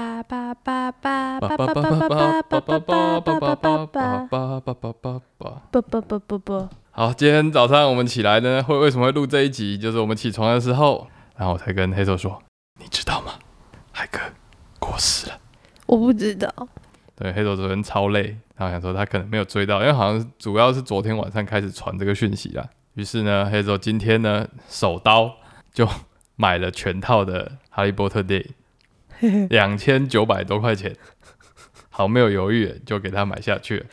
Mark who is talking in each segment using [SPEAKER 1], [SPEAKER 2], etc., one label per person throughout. [SPEAKER 1] 叭叭叭叭叭叭叭叭叭叭叭叭叭叭
[SPEAKER 2] 叭叭叭叭叭。
[SPEAKER 1] 不不不不不，
[SPEAKER 2] 好，今天早上我们起来呢，会为什么会录这一集？就是我们起床的时候，然后我才跟黑手说，你知道吗？海哥过世了。
[SPEAKER 1] 我不知道。
[SPEAKER 2] 对，黑手昨天超累，然后想说他可能没有追到，因为好像主要是昨天晚上开始传这个讯息啦。于是呢，黑手今天呢手刀就买了全套的《哈利波特》电影。 两千九百多块钱，好没有犹豫就给他买下去了。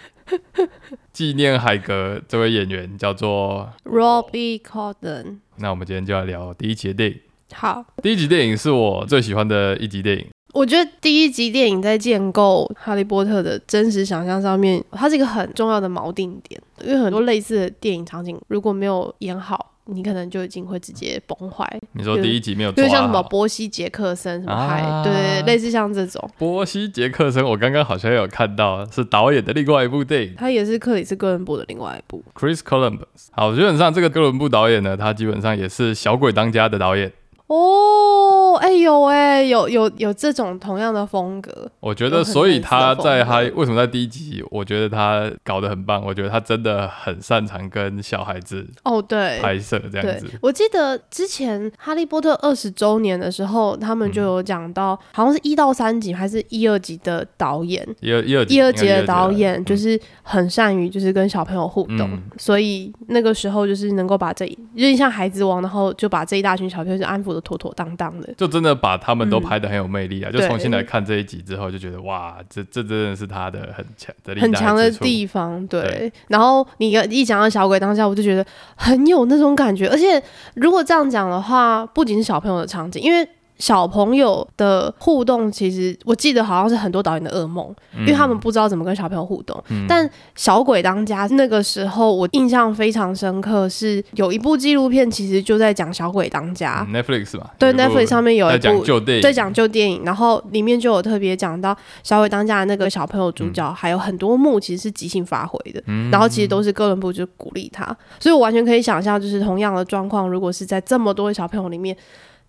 [SPEAKER 2] 纪念海格这位演员叫做，
[SPEAKER 1] Robbie Corden，
[SPEAKER 2] 那我们今天就来聊第一集的电影。
[SPEAKER 1] 好，
[SPEAKER 2] 第一集电影是我最喜欢的一集电影，
[SPEAKER 1] 我觉得第一集电影在建构《哈利波特》的真实想象上面，它是一个很重要的锚定点，因为很多类似的电影场景如果没有演好，你可能就已经会直接崩坏，
[SPEAKER 2] 你说
[SPEAKER 1] 对
[SPEAKER 2] 第一集没有
[SPEAKER 1] 就
[SPEAKER 2] 抓
[SPEAKER 1] 是像什么
[SPEAKER 2] 好。
[SPEAKER 1] 波西·杰克森什么海，
[SPEAKER 2] 啊
[SPEAKER 1] 对，类似像这种，
[SPEAKER 2] 波西·杰克森，我刚刚好像有看到是导演的另外一部电影
[SPEAKER 1] 它也是克里斯·哥伦布的另外一部。
[SPEAKER 2] 《Chris Columbus》。好，基本上这个哥伦布导演呢，他基本上也是《小鬼当家》的导演。
[SPEAKER 1] 哦，哎、有哎、有有有这种同样的风格，
[SPEAKER 2] 我觉
[SPEAKER 1] 有
[SPEAKER 2] 得，
[SPEAKER 1] 很
[SPEAKER 2] 所
[SPEAKER 1] 类
[SPEAKER 2] 以
[SPEAKER 1] 似的
[SPEAKER 2] 他
[SPEAKER 1] 风
[SPEAKER 2] 在
[SPEAKER 1] 格
[SPEAKER 2] 他为什么在第一集，我觉得他搞得很棒，我觉得他真的很擅长跟小孩子
[SPEAKER 1] 哦，对，
[SPEAKER 2] 拍摄这样
[SPEAKER 1] 对
[SPEAKER 2] 子，，
[SPEAKER 1] 我记得之前《哈利波特》二十周年的时候，他们就
[SPEAKER 2] 嗯
[SPEAKER 1] 有讲到，好像是一到三集还是一二集的导演，
[SPEAKER 2] 一二一二
[SPEAKER 1] 一二集
[SPEAKER 2] 集
[SPEAKER 1] 的导演就
[SPEAKER 2] 应
[SPEAKER 1] 是很善于就是跟小朋友互动，
[SPEAKER 2] 嗯
[SPEAKER 1] 所以那个时候就是能够把这一有点像孩子王，然后就把这一大群小朋友就安抚的妥妥当当的。
[SPEAKER 2] 该就真的把他们都拍的很有魅力啊！就
[SPEAKER 1] 对
[SPEAKER 2] 重新来看这一集之后，就觉得哇，这这真的是他的很强的
[SPEAKER 1] 很强的
[SPEAKER 2] 地，
[SPEAKER 1] 地方，对。
[SPEAKER 2] 对
[SPEAKER 1] 然后你一讲到小鬼当下，我就觉得很有那种感觉。而且如果这样讲的话，不仅是小朋友的场景，因为小朋友的互动，其实我记得好像是很多导演的噩梦，因为他们不知道怎么跟小朋友互动。
[SPEAKER 2] 嗯
[SPEAKER 1] 但小鬼当家那个时候，我印象非常深刻，是有一部纪录片，其实就在讲小鬼当家。
[SPEAKER 2] 嗯 Netflix 嘛，
[SPEAKER 1] 对
[SPEAKER 2] 有一部
[SPEAKER 1] ，Netflix 上面有一
[SPEAKER 2] 在讲
[SPEAKER 1] 部
[SPEAKER 2] 旧电影，
[SPEAKER 1] 在讲旧电影，然后里面就有特别讲到小鬼当家的那个小朋友主角，还有很多幕其实是即兴发挥的，
[SPEAKER 2] 嗯
[SPEAKER 1] 然后其实都是哥伦布就鼓励他，所以我完全可以想象，就是同样的状况，如果是在这么多的小朋友里面，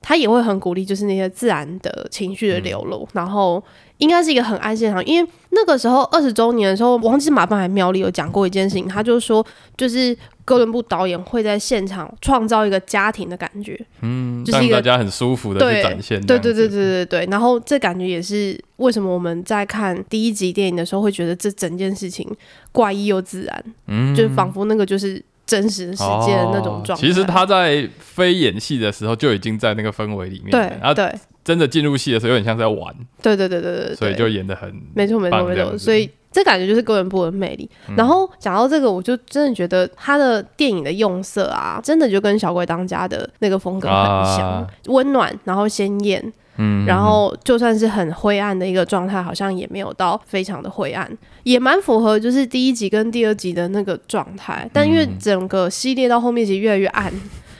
[SPEAKER 1] 他也会很鼓励，就是那些自然的情绪的流露，然后应该是一个很安心的场景，因为那个时候二十周年的时候，我忘记是马班还是苗里有讲过一件事情，他就说就是。哥伦布导演会在现场创造一个家庭的感觉，
[SPEAKER 2] 嗯，
[SPEAKER 1] 就是
[SPEAKER 2] 让
[SPEAKER 1] 一
[SPEAKER 2] 大
[SPEAKER 1] 个
[SPEAKER 2] 家很舒服的去
[SPEAKER 1] 对
[SPEAKER 2] 展现，
[SPEAKER 1] 对对对，对对对，然后这感觉也是为什么我们在看第一集电影的时候会觉得这整件事情怪异又自然，
[SPEAKER 2] 嗯
[SPEAKER 1] 就仿佛那个就是真实的世界的那种状态。
[SPEAKER 2] 哦其实他在非演戏的时候就已经在那个氛围里面了，
[SPEAKER 1] 对
[SPEAKER 2] 然后
[SPEAKER 1] 对
[SPEAKER 2] 真的进入戏的时候有点像在玩，
[SPEAKER 1] 对对对对对对，
[SPEAKER 2] 所以就演的很
[SPEAKER 1] 没错没错
[SPEAKER 2] 棒
[SPEAKER 1] 没
[SPEAKER 2] 这
[SPEAKER 1] 错，
[SPEAKER 2] 样子嗯
[SPEAKER 1] 所以这感觉就是哥伦布的魅力。然后讲到这个，我就真的觉得他的电影的用色啊，真的就跟《小鬼当家》的那个风格很像
[SPEAKER 2] 啊，
[SPEAKER 1] 温、暖，然后鲜艳，
[SPEAKER 2] 嗯
[SPEAKER 1] 然后就算是很灰暗的一个状态，好像也没有到非常的灰暗，也蛮符合就是第一集跟第二集的那个状态。但因为
[SPEAKER 2] 嗯
[SPEAKER 1] 整个系列到后面其实越来越暗，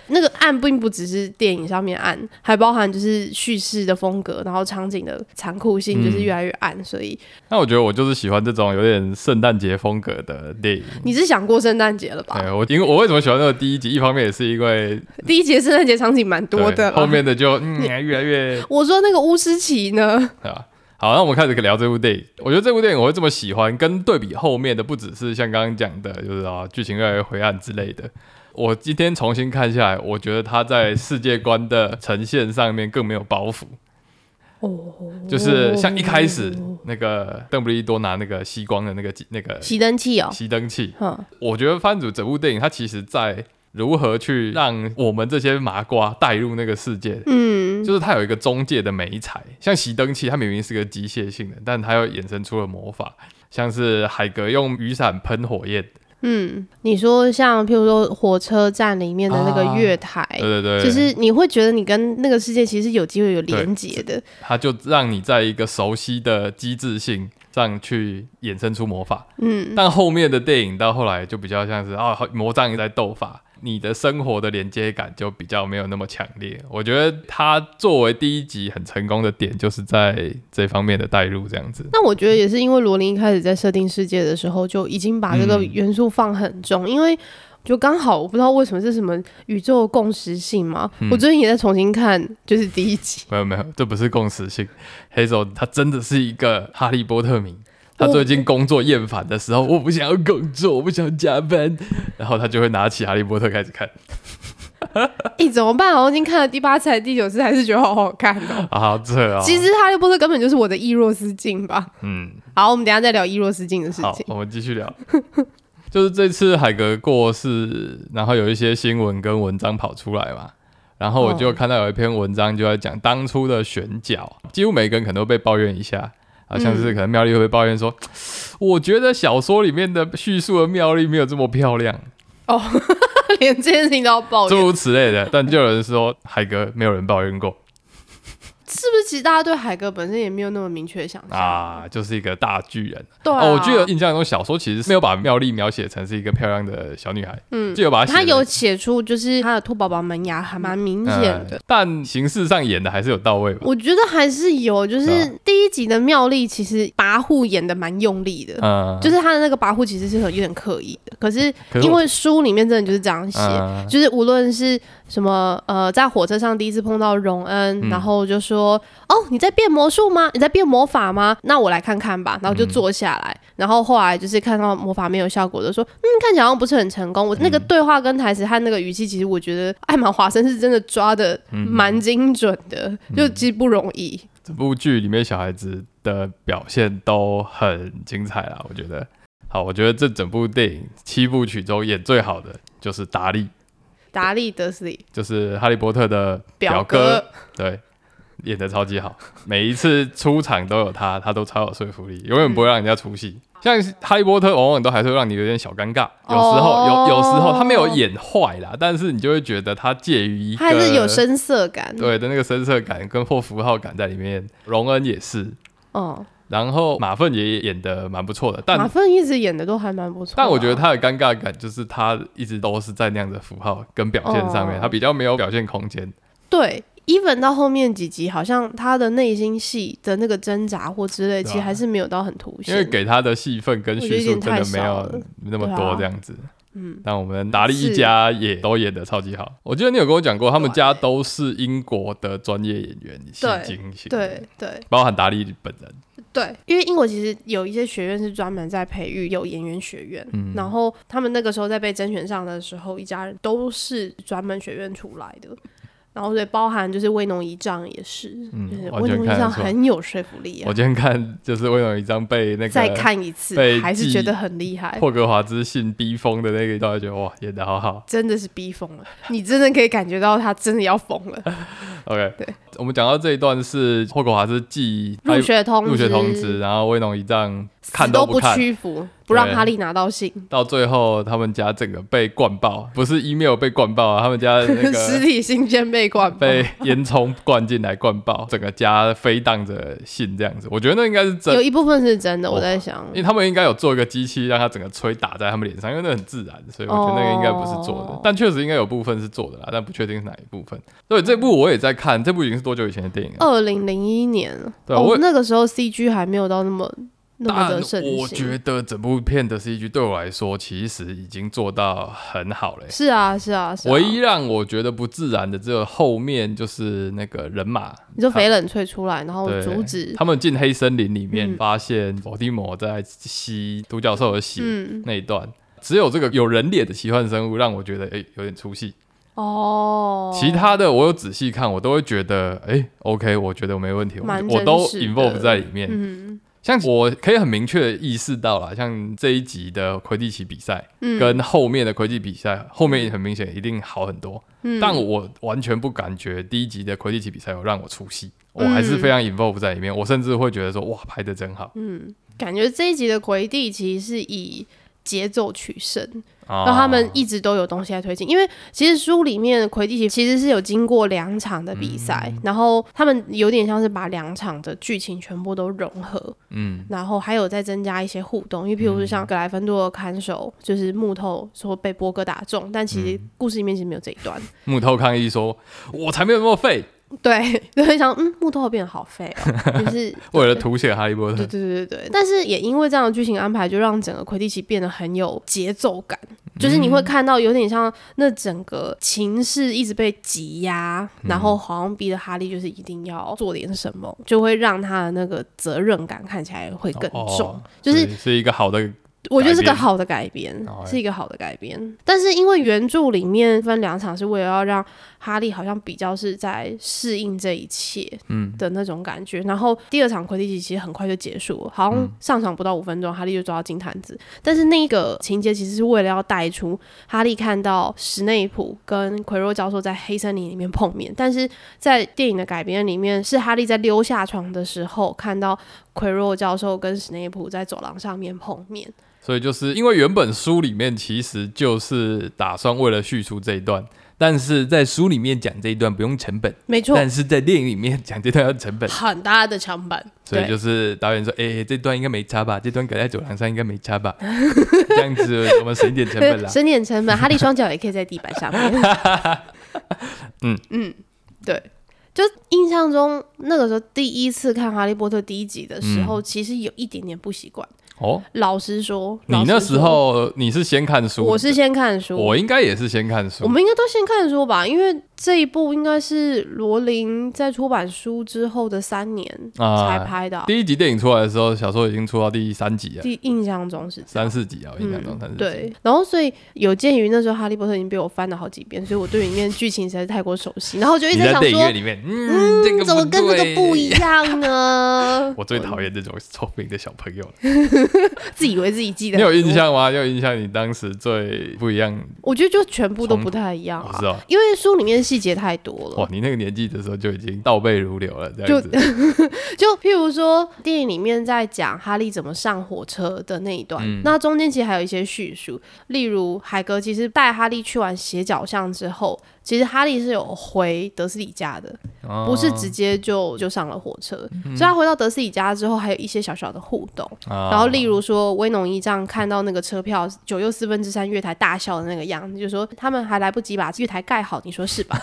[SPEAKER 1] 那个暗并不只是电影上面暗，还包含就是叙事的风格，然后场景的残酷性
[SPEAKER 2] 嗯
[SPEAKER 1] 就是越来越暗。所以
[SPEAKER 2] 那我觉得我就是喜欢这种有点圣诞节风格的电影。
[SPEAKER 1] 你是想过圣诞节了吧？
[SPEAKER 2] 对我，因为我为什么喜欢这个第一集？一方面也是因为
[SPEAKER 1] 第一节圣诞节场景蛮多
[SPEAKER 2] 对
[SPEAKER 1] 的啦，
[SPEAKER 2] 后面的就嗯越来越
[SPEAKER 1] 我说那个乌斯奇呢，
[SPEAKER 2] 啊。好，那我们开始聊这部电影。我觉得这部电影我会这么喜欢，跟对比后面的不只是像刚刚讲的，就是啊剧情越来越灰暗之类的。我今天重新看下来，我觉得它在世界观的呈现上面更没有包袱。就是像一开始那个邓布利多拿那个吸光的那个那个
[SPEAKER 1] 熄灯器哦，
[SPEAKER 2] 熄灯器，
[SPEAKER 1] 嗯，
[SPEAKER 2] 我觉得番主整部电影，它其实在如何去让我们这些麻瓜带入那个世界，
[SPEAKER 1] 嗯，
[SPEAKER 2] 就是它有一个中介的美彩，像熄灯器，它明明是个机械性的，但它又衍生出了魔法，像是海格用雨伞喷火焰，
[SPEAKER 1] 嗯，你说像譬如说火车站里面的那个月台，
[SPEAKER 2] 对对啊对，
[SPEAKER 1] 就是你会觉得你跟那个世界其实有机会有连接的，
[SPEAKER 2] 它就让你在一个熟悉的机制性上去衍生出魔法。
[SPEAKER 1] 嗯，
[SPEAKER 2] 但后面的电影到后来就比较像是啊，魔杖也在斗法，你的生活的连接感就比较没有那么强烈。我觉得它作为第一集很成功的点，就是在这方面的带入这样子。
[SPEAKER 1] 那我觉得也是因为罗琳一开始在设定世界的时候就已经把这个
[SPEAKER 2] 嗯
[SPEAKER 1] 元素放很重，因为就刚好我不知道为什么是什么宇宙共识性嘛。
[SPEAKER 2] 嗯
[SPEAKER 1] 我最近也在重新看，就是第一集。
[SPEAKER 2] 没有没有，这不是共识性。黑手他真的是一个哈利波特迷。他最近工作厌烦的时候，我不想要工作，我不想加班，然后他就会拿起《哈利波特》开始看。
[SPEAKER 1] 哎、怎么办啊？我已经看了第八次、还是第九次，还是觉得好好看哦。
[SPEAKER 2] 啊，好扯啊、哦！
[SPEAKER 1] 其实《哈利波特》根本就是我的易若思境吧。
[SPEAKER 2] 嗯，
[SPEAKER 1] 好，我们等一下再聊易若思境的事
[SPEAKER 2] 好
[SPEAKER 1] 情，。
[SPEAKER 2] 我们继续聊。就是这次海格过世，然后有一些新闻跟文章跑出来嘛，然后我
[SPEAKER 1] 哦
[SPEAKER 2] 就看到有一篇文章就在讲当初的选角，几乎每个人可能都被抱怨一下。啊，像
[SPEAKER 1] 嗯
[SPEAKER 2] 是可能妙丽会被抱怨说，我觉得小说里面的叙述的妙丽没有这么漂亮，
[SPEAKER 1] 连这件事情都要抱
[SPEAKER 2] 诸
[SPEAKER 1] 怨，
[SPEAKER 2] 如此类的。但就有人说海格没有人抱怨过
[SPEAKER 1] 是不是？其实大家对海哥本身也没有那么明确的想象。
[SPEAKER 2] 啊，就是一个大巨人。
[SPEAKER 1] 对啊、
[SPEAKER 2] 哦，我记得印象中小说其实是没有把妙丽描写成是一个漂亮的小女孩，嗯，就有把她
[SPEAKER 1] 他
[SPEAKER 2] 写成
[SPEAKER 1] 有写出，就是他的兔宝宝门牙还蛮明显的。
[SPEAKER 2] 嗯但形式上演的还是有到位吧。
[SPEAKER 1] 我觉得还是有，就是
[SPEAKER 2] 啊
[SPEAKER 1] 是第一集的妙丽其实跋扈演的蛮用力的，
[SPEAKER 2] 嗯，
[SPEAKER 1] 就是他的那个跋扈其实是很有点刻意的。可是
[SPEAKER 2] 可是
[SPEAKER 1] 因
[SPEAKER 2] 我
[SPEAKER 1] 为书里面真的就是这样写，
[SPEAKER 2] 嗯
[SPEAKER 1] 就是无论是什么呃，在火车上第一次碰到荣恩，
[SPEAKER 2] 嗯
[SPEAKER 1] 然后就说：“哦，你在变魔术吗？你在变魔法吗？那我来看看吧。”然后
[SPEAKER 2] 嗯
[SPEAKER 1] 就坐下来，然后后来就是看到魔法没有效果的，说：“嗯，看起来好像不是很成功。”
[SPEAKER 2] 嗯
[SPEAKER 1] 我那个对话跟台词和那个语气，其实我觉得哎艾玛华森是真的抓的
[SPEAKER 2] 嗯
[SPEAKER 1] 蛮精准的，就其实不容易。
[SPEAKER 2] 这部剧里面小孩子的表现都很精彩啦，我觉得。好，我觉得这整部电影七部曲中演最好的就是达利，
[SPEAKER 1] 达利德斯里
[SPEAKER 2] 就是哈利波特的表
[SPEAKER 1] 表哥，
[SPEAKER 2] 对，演的超级好，每一次出场都有他，他都超有说服力，永远不会让人家出
[SPEAKER 1] 嗯
[SPEAKER 2] 戏。像是哈利波特往往都还是会让你有点小尴尬，有时候、
[SPEAKER 1] 哦
[SPEAKER 2] 有有时候他没有演坏啦，但是你就会觉得他介于一个
[SPEAKER 1] 他还是有深色感，，
[SPEAKER 2] 对的那个深色感跟或符号感在里面。荣恩也是，
[SPEAKER 1] 嗯，
[SPEAKER 2] 然后马粪也演的蛮不错的，
[SPEAKER 1] 马
[SPEAKER 2] 但
[SPEAKER 1] 粪一直演的都还蛮不错啊、
[SPEAKER 2] 但我觉得他的尴尬感就是他一直都是在那样的符号跟表现上面，
[SPEAKER 1] 哦
[SPEAKER 2] 他比较没有表现空间。
[SPEAKER 1] 对，even 到后面几集，好像他的内心戏的那个挣扎或之类，
[SPEAKER 2] 对
[SPEAKER 1] 其
[SPEAKER 2] 啊
[SPEAKER 1] 实还是没有到很凸
[SPEAKER 2] 因为
[SPEAKER 1] 显。
[SPEAKER 2] 给他的戏份跟叙述真的没有那么多这样子。
[SPEAKER 1] 嗯，
[SPEAKER 2] 但我们达利一家也都演的超级好，我记得你有跟我讲过，他们家都是英国的专业演员，戏精型，，
[SPEAKER 1] 对对
[SPEAKER 2] 包含达利本人，
[SPEAKER 1] 对，因为英国其实有一些学院是专门在培育有演员学院，
[SPEAKER 2] 嗯
[SPEAKER 1] 然后他们那个时候在被甄选上的时候，一家人都是专门学院出来的，然后所以包含就是威农一丈也是，
[SPEAKER 2] 嗯
[SPEAKER 1] 就是
[SPEAKER 2] 完
[SPEAKER 1] 威
[SPEAKER 2] 全
[SPEAKER 1] 农一
[SPEAKER 2] 看得
[SPEAKER 1] 丈
[SPEAKER 2] 出来
[SPEAKER 1] 很有说服力、啊
[SPEAKER 2] 我。今天看就是魏永一张被那
[SPEAKER 1] 再
[SPEAKER 2] 个
[SPEAKER 1] 看一次
[SPEAKER 2] 被
[SPEAKER 1] 还是
[SPEAKER 2] 记
[SPEAKER 1] 觉得很厉害，
[SPEAKER 2] 霍格华兹信逼疯的那个一段，觉得哇演的好好。
[SPEAKER 1] 真的是逼疯了，你真的可以感觉到他真的要疯了。
[SPEAKER 2] OK，
[SPEAKER 1] 对，
[SPEAKER 2] 我们讲到这一段是霍格华兹寄
[SPEAKER 1] 入学通知，
[SPEAKER 2] 哎入学通知，然后威农一丈看
[SPEAKER 1] 死
[SPEAKER 2] 都
[SPEAKER 1] 都
[SPEAKER 2] 不
[SPEAKER 1] 不
[SPEAKER 2] 看，
[SPEAKER 1] 屈服，不让
[SPEAKER 2] 对
[SPEAKER 1] 哈利拿到信，
[SPEAKER 2] 到最后他们家整个被灌爆，不是 email 被灌爆啊，他们家 那
[SPEAKER 1] 实
[SPEAKER 2] 个
[SPEAKER 1] 体信件被灌爆。
[SPEAKER 2] 被烟囱灌进来灌爆，整个家飞荡着信这样子。我觉得那应该是真
[SPEAKER 1] 有，一部分是真的，
[SPEAKER 2] 哦
[SPEAKER 1] 我在想
[SPEAKER 2] 因，为他们应该有做一个机器让它整个吹打在他们脸上，因为那很自然，所以我觉得那个应该不是做的，
[SPEAKER 1] 哦
[SPEAKER 2] 但确实应该有部分是做的啦，但不确定是哪一部分。对，这部我也在看，这部已经是多久以前的电影了？
[SPEAKER 1] 二零零一年，
[SPEAKER 2] 对啊
[SPEAKER 1] 哦
[SPEAKER 2] 我，
[SPEAKER 1] 那个时候 CG 还没有到那么那么的盛
[SPEAKER 2] 但我觉
[SPEAKER 1] 行。
[SPEAKER 2] 得整部片的 CG 对我来说，其实已经做到很好了欸、
[SPEAKER 1] 是啊，是啊，是啊。
[SPEAKER 2] 唯一让我觉得不自然的，只有后面就是那个人马，
[SPEAKER 1] 你说
[SPEAKER 2] 他
[SPEAKER 1] 翡冷翠出来，然后
[SPEAKER 2] 对
[SPEAKER 1] 阻止，
[SPEAKER 2] 他们进黑森林里面，
[SPEAKER 1] 嗯
[SPEAKER 2] 发现伏地魔在吸独角兽的血、
[SPEAKER 1] 嗯，
[SPEAKER 2] 那一段，只有这个有人脸的奇幻生物让我觉得诶、哎有点出戏。
[SPEAKER 1] 哦，
[SPEAKER 2] 其他的我有仔细看，我都会觉得诶、OK，我觉得我没问题，我
[SPEAKER 1] 蛮
[SPEAKER 2] 我都
[SPEAKER 1] 真实的
[SPEAKER 2] involve 在里面。
[SPEAKER 1] 嗯
[SPEAKER 2] 像我可以很明确的意识到啦，像这一集的魁地奇比赛、
[SPEAKER 1] 嗯，
[SPEAKER 2] 跟后面的魁地奇比赛，后面很明显一定好很多。
[SPEAKER 1] 嗯
[SPEAKER 2] 但我完全不感觉第一集的魁地奇比赛有让我出戏，
[SPEAKER 1] 嗯
[SPEAKER 2] 我还是非常 involve 在里面，我甚至会觉得说哇拍的真好
[SPEAKER 1] 嗯，感觉这一集的魁地奇是以节奏取胜，
[SPEAKER 2] 啊
[SPEAKER 1] 让他们一直都有东西在推进。因为其实书里面魁地奇其实是有经过两场的比赛，然后他们有点像是把两场的剧情全部都融合，
[SPEAKER 2] 嗯
[SPEAKER 1] 然后还有再增加一些互动。因为譬如说像格莱芬多的看守，就是木头说被波哥打中，但其实故事里面其实没有这一段。
[SPEAKER 2] 木头抗议说，我才没有那么废，
[SPEAKER 1] 对， 就会想嗯，木头变得好废哦，就是
[SPEAKER 2] 为了凸显哈利波
[SPEAKER 1] 对
[SPEAKER 2] 特，
[SPEAKER 1] 对对对对，但是也因为这样的剧情安排，就让整个魁地奇变得很有节奏感，就是你会
[SPEAKER 2] 嗯
[SPEAKER 1] 看到有点像那整个情势一直被挤压，然
[SPEAKER 2] 嗯
[SPEAKER 1] 后好像逼着哈利就是一定要做点什么，就会让他的那个责任感看起来会更重。
[SPEAKER 2] 哦
[SPEAKER 1] 就是
[SPEAKER 2] 对是一个好的
[SPEAKER 1] 我觉得是
[SPEAKER 2] 改
[SPEAKER 1] 个
[SPEAKER 2] 编
[SPEAKER 1] 好的改编
[SPEAKER 2] 好，欸
[SPEAKER 1] 是一个好的改编。但是因为原著里面分两场，是为了要让哈利好像比较是在适应这一切
[SPEAKER 2] 嗯
[SPEAKER 1] 的那种感觉。然后第二场魁地奇其实很快就结束了，好像上场不到五分钟，哈利就抓到金坛子。但是那个情节其实是为了要带出哈利看到史内普跟奎若教授在黑森林里面碰面，但是在电影的改编里面，是哈利在溜下床的时候看到奎若教授跟史内普在走廊上面碰面。
[SPEAKER 2] 所以就是因为原本书里面其实就是打算为了叙述这一段，但是在书里面讲这一段不用成本，
[SPEAKER 1] 没错，
[SPEAKER 2] 但是在电影里面讲这段要成本，
[SPEAKER 1] 很大的墙板，
[SPEAKER 2] 所以
[SPEAKER 1] 对
[SPEAKER 2] 就是导演说，哎、这段应该没差吧？这段改在走廊上应该没 差吧？这样子我们省一点成本啦。
[SPEAKER 1] 省点成本，哈利双脚也可以在地板上面。
[SPEAKER 2] 嗯
[SPEAKER 1] 嗯，对，就印象中那个时候第一次看《哈利波特》第一集的时
[SPEAKER 2] 嗯
[SPEAKER 1] 候，其实有一点点不习惯。
[SPEAKER 2] 哦，
[SPEAKER 1] 老实说，
[SPEAKER 2] 你
[SPEAKER 1] 老实
[SPEAKER 2] 那
[SPEAKER 1] 说
[SPEAKER 2] 时候你是先看书，
[SPEAKER 1] 我是先看书，
[SPEAKER 2] 我应该也是先看
[SPEAKER 1] 我
[SPEAKER 2] 书，
[SPEAKER 1] 们应该都先看书吧，因为这一部应该是罗琳在出版书之后的三年
[SPEAKER 2] 啊
[SPEAKER 1] 才拍的啊、
[SPEAKER 2] 第一集电啊影出来的时候，小说已经出到第三集了，
[SPEAKER 1] 第印象中是这样
[SPEAKER 2] 三四集啊，我印象中三四集。
[SPEAKER 1] 对，然后所以有鉴于那时候《哈利波特》已经被我翻了好几遍，所以我对里面剧情实在是太过熟悉，然后我就一直
[SPEAKER 2] 你在
[SPEAKER 1] 想
[SPEAKER 2] 电影
[SPEAKER 1] 说
[SPEAKER 2] 院，里面，嗯，这个
[SPEAKER 1] 怎么跟这个不一
[SPEAKER 2] 样？？
[SPEAKER 1] 样呢
[SPEAKER 2] 我最讨厌这种聪明的小朋友了。
[SPEAKER 1] 自以为自己记得。
[SPEAKER 2] 你有印？象吗？你有印象？你当时最不一样，
[SPEAKER 1] 我觉得就全部都
[SPEAKER 2] 从
[SPEAKER 1] 不太一样
[SPEAKER 2] 我
[SPEAKER 1] 啊
[SPEAKER 2] 知，道。
[SPEAKER 1] 因为书里面细节太多了
[SPEAKER 2] 哇。，你那个年纪的时候就已经倒背如流了，这样 子。
[SPEAKER 1] 就譬如说，电影里面在讲哈利怎么上火车的那一段，
[SPEAKER 2] 嗯
[SPEAKER 1] 那中间其实还有一些叙述，例如海格其实带哈利去完斜角巷之后，其实哈利是有回德斯里家的，
[SPEAKER 2] 哦嗯
[SPEAKER 1] 不是直接就就上了火车，所以他回到德斯里家之后，还有一些小小的互动。
[SPEAKER 2] 啊
[SPEAKER 1] 然后，例如说，威农一丈看到那个车票九又四分之三月台大笑的那个样子，就说他们还来不及把月台盖好，你说是 吧？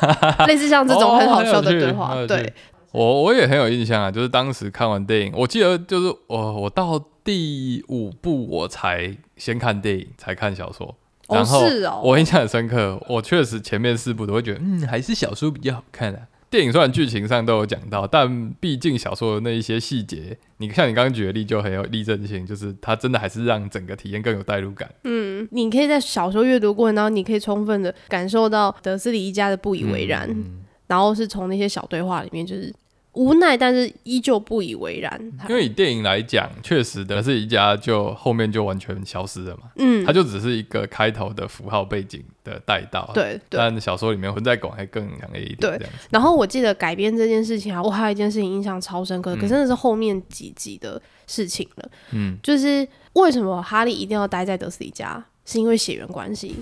[SPEAKER 1] 类似像这种很好笑的对话，
[SPEAKER 2] 哦很有趣很
[SPEAKER 1] 对
[SPEAKER 2] 有趣，我我也很有印象啊，就是当时看完电影，我记得就是哦我我到第五部我才先看电影，才看小说。然
[SPEAKER 1] 哦
[SPEAKER 2] 后
[SPEAKER 1] 是哦，
[SPEAKER 2] 我印象很深刻，我确实前面四部都会觉得，嗯，还是小说比较好看啊。电影虽然剧情上都有讲到，但毕竟小说的那一些细节，你像你刚刚举的例就很有例证性，就是它真的还是让整个体验更有代入感。
[SPEAKER 1] 嗯，你可以在小说阅读过程当中，你可以充分的感受到德斯里一家的不以为然，
[SPEAKER 2] 嗯
[SPEAKER 1] 然后是从那些小对话里面就是。无奈，但是依旧不以为然。
[SPEAKER 2] 因为以电影来讲，确实的是一家就后面就完全消失了嘛，
[SPEAKER 1] 嗯
[SPEAKER 2] 它，就只是一个开头的符号背景的带到。，啊
[SPEAKER 1] 对对。
[SPEAKER 2] 但小说里面存在感还更强烈一点。
[SPEAKER 1] 对
[SPEAKER 2] 这样子
[SPEAKER 1] 然后我记得改编这件事情啊，我还有一件事情印象超深刻，可真的是后面几集的事情了。
[SPEAKER 2] 嗯，
[SPEAKER 1] 就是为什么哈利一定要待在德斯里家，是因为血缘关系。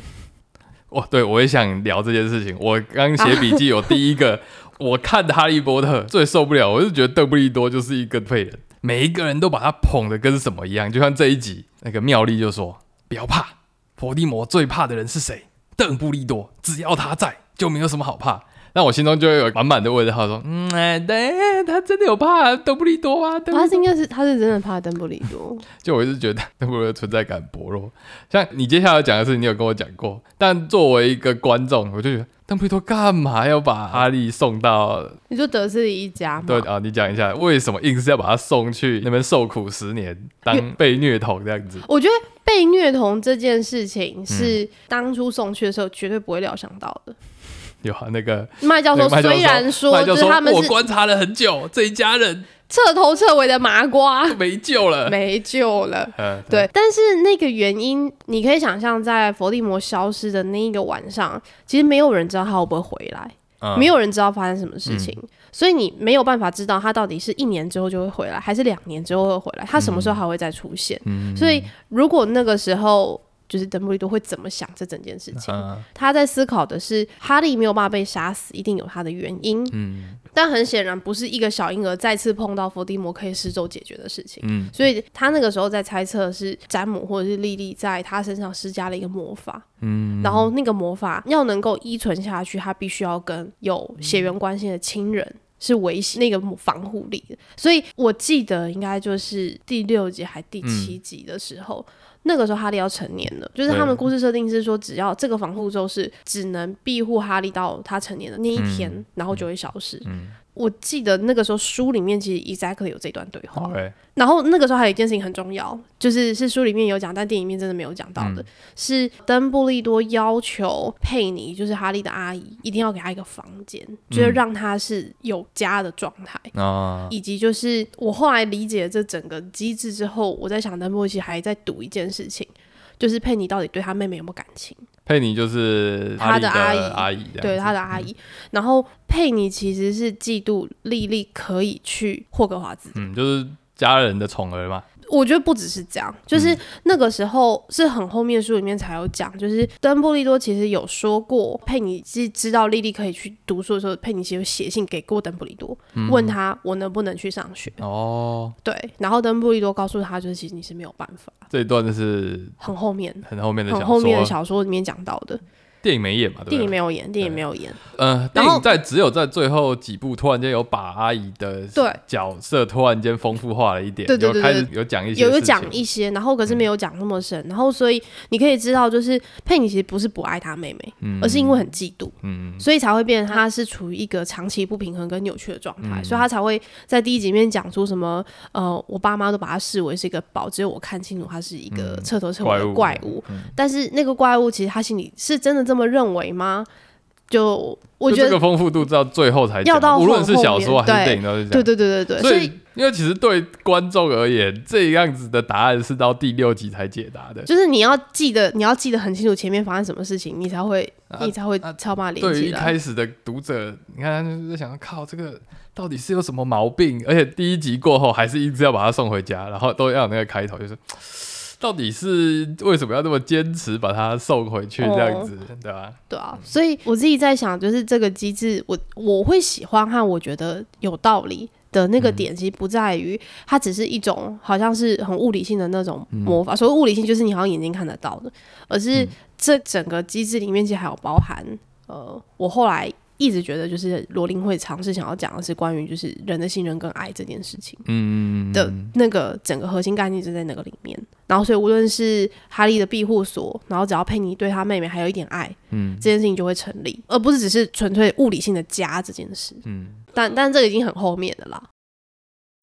[SPEAKER 2] 哇，对，我也想聊这件事情。我刚写笔记，有第一个，我看《哈利波特》最受不了，我就觉得邓布利多就是一个废人，每一个人都把他捧得跟什么一样。就像这一集，那个妙丽就说：“不要怕，伏地魔最怕的人是谁？邓布利多，只要他在，就没有什么好怕。”那我心中就会有满满的问号，说：“嗯，哎，对，他真的有怕啊邓布利多啊吗？”对不
[SPEAKER 1] 他是应该是他是真的怕邓布利多，
[SPEAKER 2] 就我一直觉得邓布利多的存在感薄弱。像你接下来讲的事情，你有跟我讲过，但作为一个观众，我就觉得嗯邓布利多干嘛要把哈利送到？
[SPEAKER 1] 你说德斯里一家嘛？
[SPEAKER 2] 对啊，你讲一下为什么硬是要把他送去那边受苦十年，当被虐童这样子？
[SPEAKER 1] 我觉得被虐童这件事情是
[SPEAKER 2] 嗯
[SPEAKER 1] 当初送去的时候绝对不会料想到的。
[SPEAKER 2] 有 啊，那个
[SPEAKER 1] 麦教授
[SPEAKER 2] 对麦教授
[SPEAKER 1] 虽然说
[SPEAKER 2] 麦
[SPEAKER 1] 就
[SPEAKER 2] 教
[SPEAKER 1] 是
[SPEAKER 2] 授，
[SPEAKER 1] 他们
[SPEAKER 2] 我
[SPEAKER 1] 是
[SPEAKER 2] 观察了很久，这一家人
[SPEAKER 1] 彻头彻尾的麻瓜，
[SPEAKER 2] 没救 了。
[SPEAKER 1] 没救了。
[SPEAKER 2] 嗯，
[SPEAKER 1] 对，但是那个原因，你可以想象，在伏地魔消失的那一个晚上，其实没有人知道他会不会回来，
[SPEAKER 2] 嗯
[SPEAKER 1] 没有人知道发生什么事情，所以你没有办法知道他到底是一年之后就会回来，还是两年之后会回来，他什么时候还会再出现。
[SPEAKER 2] 嗯
[SPEAKER 1] 所以如果那个时候就是邓布利多会怎么想这整件事情，
[SPEAKER 2] 嗯
[SPEAKER 1] 他在思考的是哈利没有办法被杀死，一定有他的原因。
[SPEAKER 2] 嗯
[SPEAKER 1] 但很显然不是一个小婴儿再次碰到伏地魔可以施咒解决的事情。
[SPEAKER 2] 嗯
[SPEAKER 1] 所以他那个时候在猜测是詹姆或者是莉莉在他身上施加了一个魔法，
[SPEAKER 2] 嗯，
[SPEAKER 1] 然后那个魔法要能够依存下去，他必须要跟有血缘关系的亲人是维系那个防护力的。所以我记得应该就是第六集还第七集的时候，
[SPEAKER 2] 嗯
[SPEAKER 1] 那个时候哈利要成年了，就是他们
[SPEAKER 2] 对
[SPEAKER 1] 故事设定是说，只要这个防护咒是只能庇护哈利到他成年的那一天，
[SPEAKER 2] 嗯
[SPEAKER 1] 然后就会消失。
[SPEAKER 2] 嗯
[SPEAKER 1] 我记得那个时候书里面其实 exactly 有这段对话。
[SPEAKER 2] ，OK，
[SPEAKER 1] 然后那个时候还有一件事情很重要，就是是书里面有讲，但电影里面真的没有讲到的，是邓布利多要求佩妮，就是哈利的阿姨，一定要给他一个房间，就是让他是有家的状态。
[SPEAKER 2] 那
[SPEAKER 1] 以及就是我后来理解这整个机制之后，我在想邓布利其实还在赌一件事情，就是佩妮到底对他妹妹有没有感情。
[SPEAKER 2] 佩妮就是
[SPEAKER 1] 他
[SPEAKER 2] 哈利
[SPEAKER 1] 的
[SPEAKER 2] 的
[SPEAKER 1] 阿姨
[SPEAKER 2] 阿姨这样子，
[SPEAKER 1] 对他的阿姨。然后佩妮其实是嫉妒莉莉可以去霍格华兹，
[SPEAKER 2] 嗯，就是家人的宠儿嘛，
[SPEAKER 1] 我觉得不只是这样，就是
[SPEAKER 2] 嗯
[SPEAKER 1] 那个时候是很后面书里面才有讲，就是邓布利多其实有说过，佩妮是知道莉莉可以去读书的时候，佩妮其实有写信给过邓布利多，
[SPEAKER 2] 嗯
[SPEAKER 1] 问他我能不能去上学。
[SPEAKER 2] 哦，
[SPEAKER 1] 对，然后邓布利多告诉他，就是其实你是没有办法，
[SPEAKER 2] 这一段就是
[SPEAKER 1] 很后面。
[SPEAKER 2] 很后面的
[SPEAKER 1] 很
[SPEAKER 2] 小
[SPEAKER 1] 后面的
[SPEAKER 2] 说，
[SPEAKER 1] 小说里面讲到的，
[SPEAKER 2] 电影没演嘛，对不对？
[SPEAKER 1] 电影没有演，电影没有演，
[SPEAKER 2] 呃，
[SPEAKER 1] 然
[SPEAKER 2] 电
[SPEAKER 1] 后
[SPEAKER 2] 影在只有在最后几部突然间有把阿姨的
[SPEAKER 1] 对
[SPEAKER 2] 角色突然间丰富化了一点，
[SPEAKER 1] 对对对
[SPEAKER 2] 有开始有讲一些
[SPEAKER 1] 有有
[SPEAKER 2] 事情
[SPEAKER 1] 讲一些，然后可是没有讲那么深，然后所以你可以知道，就是佩妮其实不是不爱她妹妹，
[SPEAKER 2] 嗯
[SPEAKER 1] 而是因为很嫉妒，
[SPEAKER 2] 嗯
[SPEAKER 1] 所以才会变成他是处于一个长期不平衡跟扭曲的状
[SPEAKER 2] 嗯
[SPEAKER 1] 态，所以他才会在第一集里面讲出什么呃，我爸妈都把他视为是一个宝，只有我看清楚他是一个彻头彻尾的
[SPEAKER 2] 怪物
[SPEAKER 1] 怪
[SPEAKER 2] 嗯
[SPEAKER 1] 物。但是那个怪物其实他心里是真的这么认为吗？就我
[SPEAKER 2] 就
[SPEAKER 1] 觉
[SPEAKER 2] 这
[SPEAKER 1] 得
[SPEAKER 2] 个，丰富度到最后才讲
[SPEAKER 1] 要到后
[SPEAKER 2] 无论是小说
[SPEAKER 1] 后面
[SPEAKER 2] 还是电影都是这
[SPEAKER 1] 对
[SPEAKER 2] 样。
[SPEAKER 1] 对对对对，
[SPEAKER 2] 所
[SPEAKER 1] 所
[SPEAKER 2] 以
[SPEAKER 1] 以。，
[SPEAKER 2] 因为其实对观众而言，这样子的答案是到第六集才解答的。
[SPEAKER 1] 就是你要记得，你要记得很清楚前面发生什么事情，你才会，
[SPEAKER 2] 啊
[SPEAKER 1] 你才会
[SPEAKER 2] 啊
[SPEAKER 1] 超把连
[SPEAKER 2] 对于
[SPEAKER 1] 起
[SPEAKER 2] 一
[SPEAKER 1] 来。
[SPEAKER 2] 开始的读者，你看他就是在想，靠，这个到底是有什么毛病？而且第一集过后，还是一直要把他送回家，然后都要有那个开头，就是到底是为什么要那么坚持把他送回去
[SPEAKER 1] 哦
[SPEAKER 2] 这样子，对吧？
[SPEAKER 1] 对啊，所以我自己在想，就是这个机制，我我会喜欢和我觉得有道理的那个点，其实不在于它只是一种好像是很物理性的那种魔法，所谓物理性就是你好像眼睛看得到的，而是这整个机制里面其实还有包含，呃，我后来。一直觉得就是罗琳会尝试想要讲的是关于就是人的信任跟爱这件事情
[SPEAKER 2] 嗯
[SPEAKER 1] 的那个整个核心概念就在那个里面。然后所以无论是哈利的庇护所，然后只要佩妮对他妹妹还有一点爱，
[SPEAKER 2] 嗯
[SPEAKER 1] 这件事情就会成立，而不是只是纯粹物理性的家这件事。
[SPEAKER 2] 嗯，
[SPEAKER 1] 但但这个已经很后面的啦。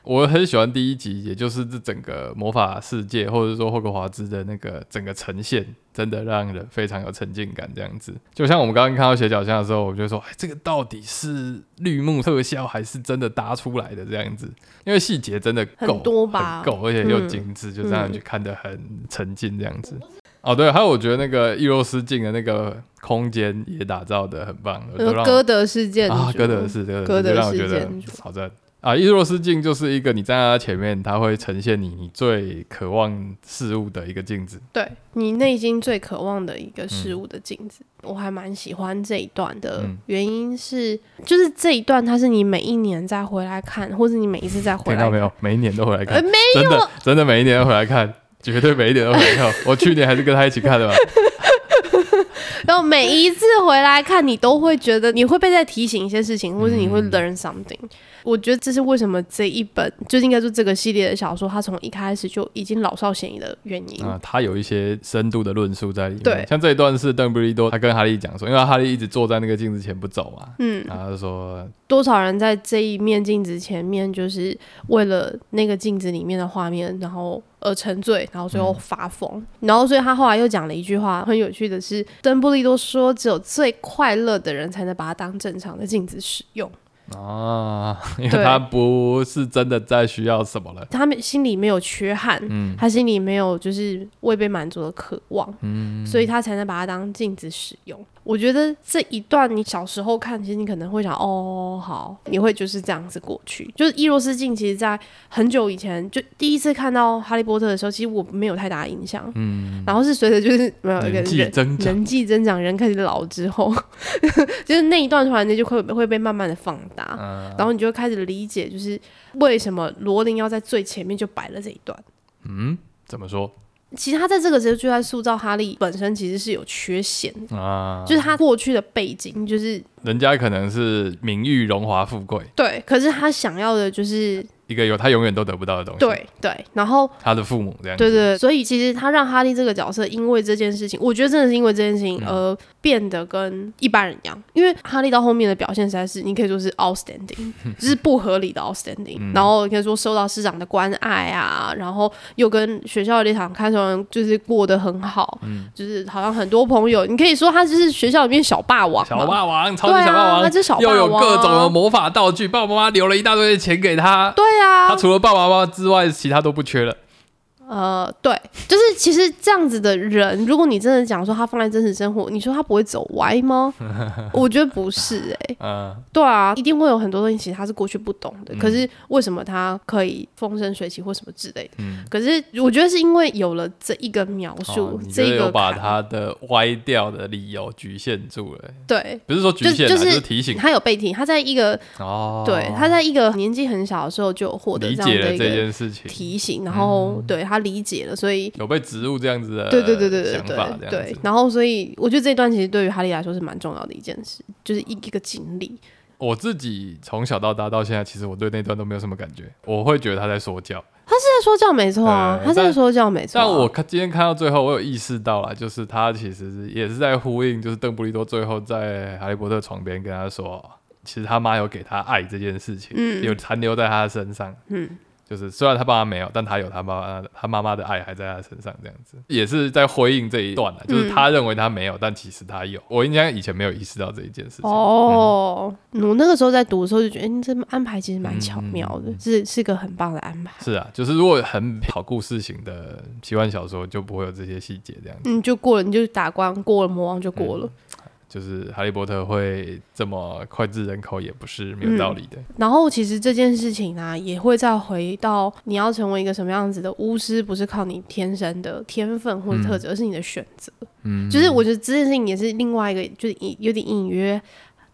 [SPEAKER 2] 我很喜欢第一集，也就是这整个魔法世界，或者说霍格华兹的那个整个呈现，真的让人非常有沉浸感。这样子，就像我们刚刚看到斜角巷的时候，我就说，哎，这个到底是绿幕特效还是真的搭出来的这样子？因为细节真的够
[SPEAKER 1] 很多吧
[SPEAKER 2] 很够，而且又
[SPEAKER 1] 嗯
[SPEAKER 2] 精致，就让人去看得很沉浸这样子。哦，对，还有我觉得那个易若思镜的那个空间也打造的很棒，都让我
[SPEAKER 1] 呃歌德事件
[SPEAKER 2] 啊，
[SPEAKER 1] 就
[SPEAKER 2] 歌德是歌
[SPEAKER 1] 歌
[SPEAKER 2] 德
[SPEAKER 1] 德
[SPEAKER 2] 是，就让我
[SPEAKER 1] 事
[SPEAKER 2] 觉得
[SPEAKER 1] 件就
[SPEAKER 2] 好赞啊！伊若斯镜就是一个你站在它前面，它会呈现你你最渴望事物的一个镜子。
[SPEAKER 1] 对你内心最渴望的一个事物的镜子。我还蛮喜欢这一段的
[SPEAKER 2] 嗯
[SPEAKER 1] 原因是，就是这一段它是你每一年再回来看，或者你每一次再回
[SPEAKER 2] 听
[SPEAKER 1] 来
[SPEAKER 2] 到没有？每一年都回来看，
[SPEAKER 1] 呃没
[SPEAKER 2] 真的真的每一年都回来看，绝对每一年都回来看。我去年还是跟他一起 看的嘛。
[SPEAKER 1] 然后每一次回来看，你都会觉得你会被再提醒一些事
[SPEAKER 2] 嗯
[SPEAKER 1] 情，或是你会 learn something。我觉得这是为什么这一本就是应该说这个系列的小说，它从一开始就已经老少咸宜的原因。
[SPEAKER 2] 啊，他有一些深度的论述在里面。
[SPEAKER 1] 对
[SPEAKER 2] 像这一段是邓布利多他跟哈利讲说，因为哈利一直坐在那个镜子前不走嘛，
[SPEAKER 1] 嗯，
[SPEAKER 2] 然后他就说
[SPEAKER 1] 多少人在这一面镜子前面，就是为了那个镜子里面的画面，然后而沉醉，然后最后发疯。然后，所以他后来又讲了一句话，很有趣的是，邓布利多说，只有最快乐的人才能把它当正常的镜子使用。
[SPEAKER 2] 啊，因为
[SPEAKER 1] 对
[SPEAKER 2] 他不是真的在需要什么了。
[SPEAKER 1] 他们心里没有缺憾，
[SPEAKER 2] 嗯
[SPEAKER 1] 他心里没有就是未被满足的渴望，
[SPEAKER 2] 嗯
[SPEAKER 1] 所以他才能把它当镜子使用。我觉得这一段你小时候看，其实你可能会想，哦，好，你会就是这样子过去。就是伊罗斯镜，其实在很久以前就第一次看到《哈利波特》的时候，其实我没有太大的印象，
[SPEAKER 2] 嗯，
[SPEAKER 1] 然后是随着就是没呃有一个
[SPEAKER 2] 年纪
[SPEAKER 1] 人
[SPEAKER 2] 增长。
[SPEAKER 1] 人际增长，人开始老之后， 就是那一段突然间就会会被慢慢的放大，
[SPEAKER 2] 嗯
[SPEAKER 1] 然后你就会开始理解，就是为什么罗琳要在最前面就摆了这一段。
[SPEAKER 2] 嗯，怎么说
[SPEAKER 1] 其实他在这个时候就在塑造哈利本身其实是有缺陷的，
[SPEAKER 2] 啊？
[SPEAKER 1] 就是他过去的背景就是
[SPEAKER 2] 人家可能是名誉、荣华富贵，
[SPEAKER 1] 对，可是他想要的就是
[SPEAKER 2] 一个有他永远都得不到的东西。，
[SPEAKER 1] 对对，然后
[SPEAKER 2] 他的父母这样。
[SPEAKER 1] 对对，所以其实他让哈利这个角色因为这件事情，我觉得真的是因为这件事情
[SPEAKER 2] 嗯
[SPEAKER 1] 而变得跟一般人一样。因为哈利到后面的表现实在是，你可以说是 outstanding，就是不合理的 outstanding、然
[SPEAKER 2] 嗯
[SPEAKER 1] 后你可以说受到师长的关爱啊，然后又跟学校的那场看守人就是过得很好，
[SPEAKER 2] 嗯
[SPEAKER 1] 就是好像很多朋友，你可以说他就是学校里面小霸王嘛，
[SPEAKER 2] 小霸王，超
[SPEAKER 1] 对
[SPEAKER 2] 级小霸
[SPEAKER 1] 啊，
[SPEAKER 2] 王，
[SPEAKER 1] 他就是小霸
[SPEAKER 2] 又
[SPEAKER 1] 王，
[SPEAKER 2] 有各种的魔法道具，爸爸妈妈留了一大堆的钱给他，
[SPEAKER 1] 对啊，
[SPEAKER 2] 他除了爸爸妈妈之外，其他都不缺了。
[SPEAKER 1] 呃，对，就是其实这样子的人，如果你真的讲说他放在真实生活，你说他不会走歪吗？我觉得不是哎、
[SPEAKER 2] 嗯，
[SPEAKER 1] 对啊，一定会有很多东西，其实他是过去不懂的。可是为什么他可以风生水起或什么之类的？
[SPEAKER 2] 嗯
[SPEAKER 1] 可是我觉得是因为有了这一个描述，
[SPEAKER 2] 哦你
[SPEAKER 1] 这
[SPEAKER 2] 觉得
[SPEAKER 1] 一
[SPEAKER 2] 有
[SPEAKER 1] 个
[SPEAKER 2] 把
[SPEAKER 1] 坎
[SPEAKER 2] 他的歪掉的理由局限住了，
[SPEAKER 1] 对，
[SPEAKER 2] 不是说局限啊，
[SPEAKER 1] 就
[SPEAKER 2] 就是是提醒
[SPEAKER 1] 他有被提，他在一个、
[SPEAKER 2] 哦。
[SPEAKER 1] 对他在一个年纪很小的时候就有获得
[SPEAKER 2] 理
[SPEAKER 1] 这样
[SPEAKER 2] 解
[SPEAKER 1] 的
[SPEAKER 2] 了
[SPEAKER 1] 一
[SPEAKER 2] 这
[SPEAKER 1] 个
[SPEAKER 2] 件事情，嗯
[SPEAKER 1] 提醒，然后、对他理解了，所以
[SPEAKER 2] 有被植入这样子的
[SPEAKER 1] 对对对对对
[SPEAKER 2] 呃想法，
[SPEAKER 1] 对
[SPEAKER 2] 这样
[SPEAKER 1] 对
[SPEAKER 2] 子。。
[SPEAKER 1] 然后，所以我觉得这一段其实对于哈利来说是蛮重要的一件事，就是一一个经历。
[SPEAKER 2] 我自己从小到大到现在，其实我对那段都没有什么感觉，我会觉得他在说教。
[SPEAKER 1] 他在说教没错啊，
[SPEAKER 2] 对
[SPEAKER 1] 他在说教没错、啊。
[SPEAKER 2] 但我看今天看到最后，我有意识到啦，就是他其实是也是在呼应，就是邓布利多最后在哈利波特床边跟他说，其实他妈有给他爱这件事情，
[SPEAKER 1] 嗯
[SPEAKER 2] 有残留在他身上，
[SPEAKER 1] 嗯，
[SPEAKER 2] 就是虽然他爸妈没有，但他有他妈妈的他妈妈的爱还在他身上，这样子也是在回应这一段啦，
[SPEAKER 1] 嗯
[SPEAKER 2] 就是他认为他没有，但其实他有。我应该以前没有意识到这一件事情，
[SPEAKER 1] 哦，
[SPEAKER 2] 嗯
[SPEAKER 1] 我那个时候在读的时候就觉得，嗯，这安排其实蛮巧妙
[SPEAKER 2] 嗯
[SPEAKER 1] 的，是是个很棒的安排。
[SPEAKER 2] 是啊，就是如果很好故事型的奇幻小说，就不会有这些细节这样子。
[SPEAKER 1] 嗯，就过了，你就打关过了魔王就过
[SPEAKER 2] 嗯
[SPEAKER 1] 了。
[SPEAKER 2] 就是哈利波特会这么脍炙人口，也不是没有道理的。
[SPEAKER 1] 然后其实这件事情啊，也会再回到你要成为一个什么样子的巫师，不是靠你天生的天分或者特质，而是你的选择。
[SPEAKER 2] 嗯，
[SPEAKER 1] 就是我觉得这件事情也是另外一个，就是隐有点隐约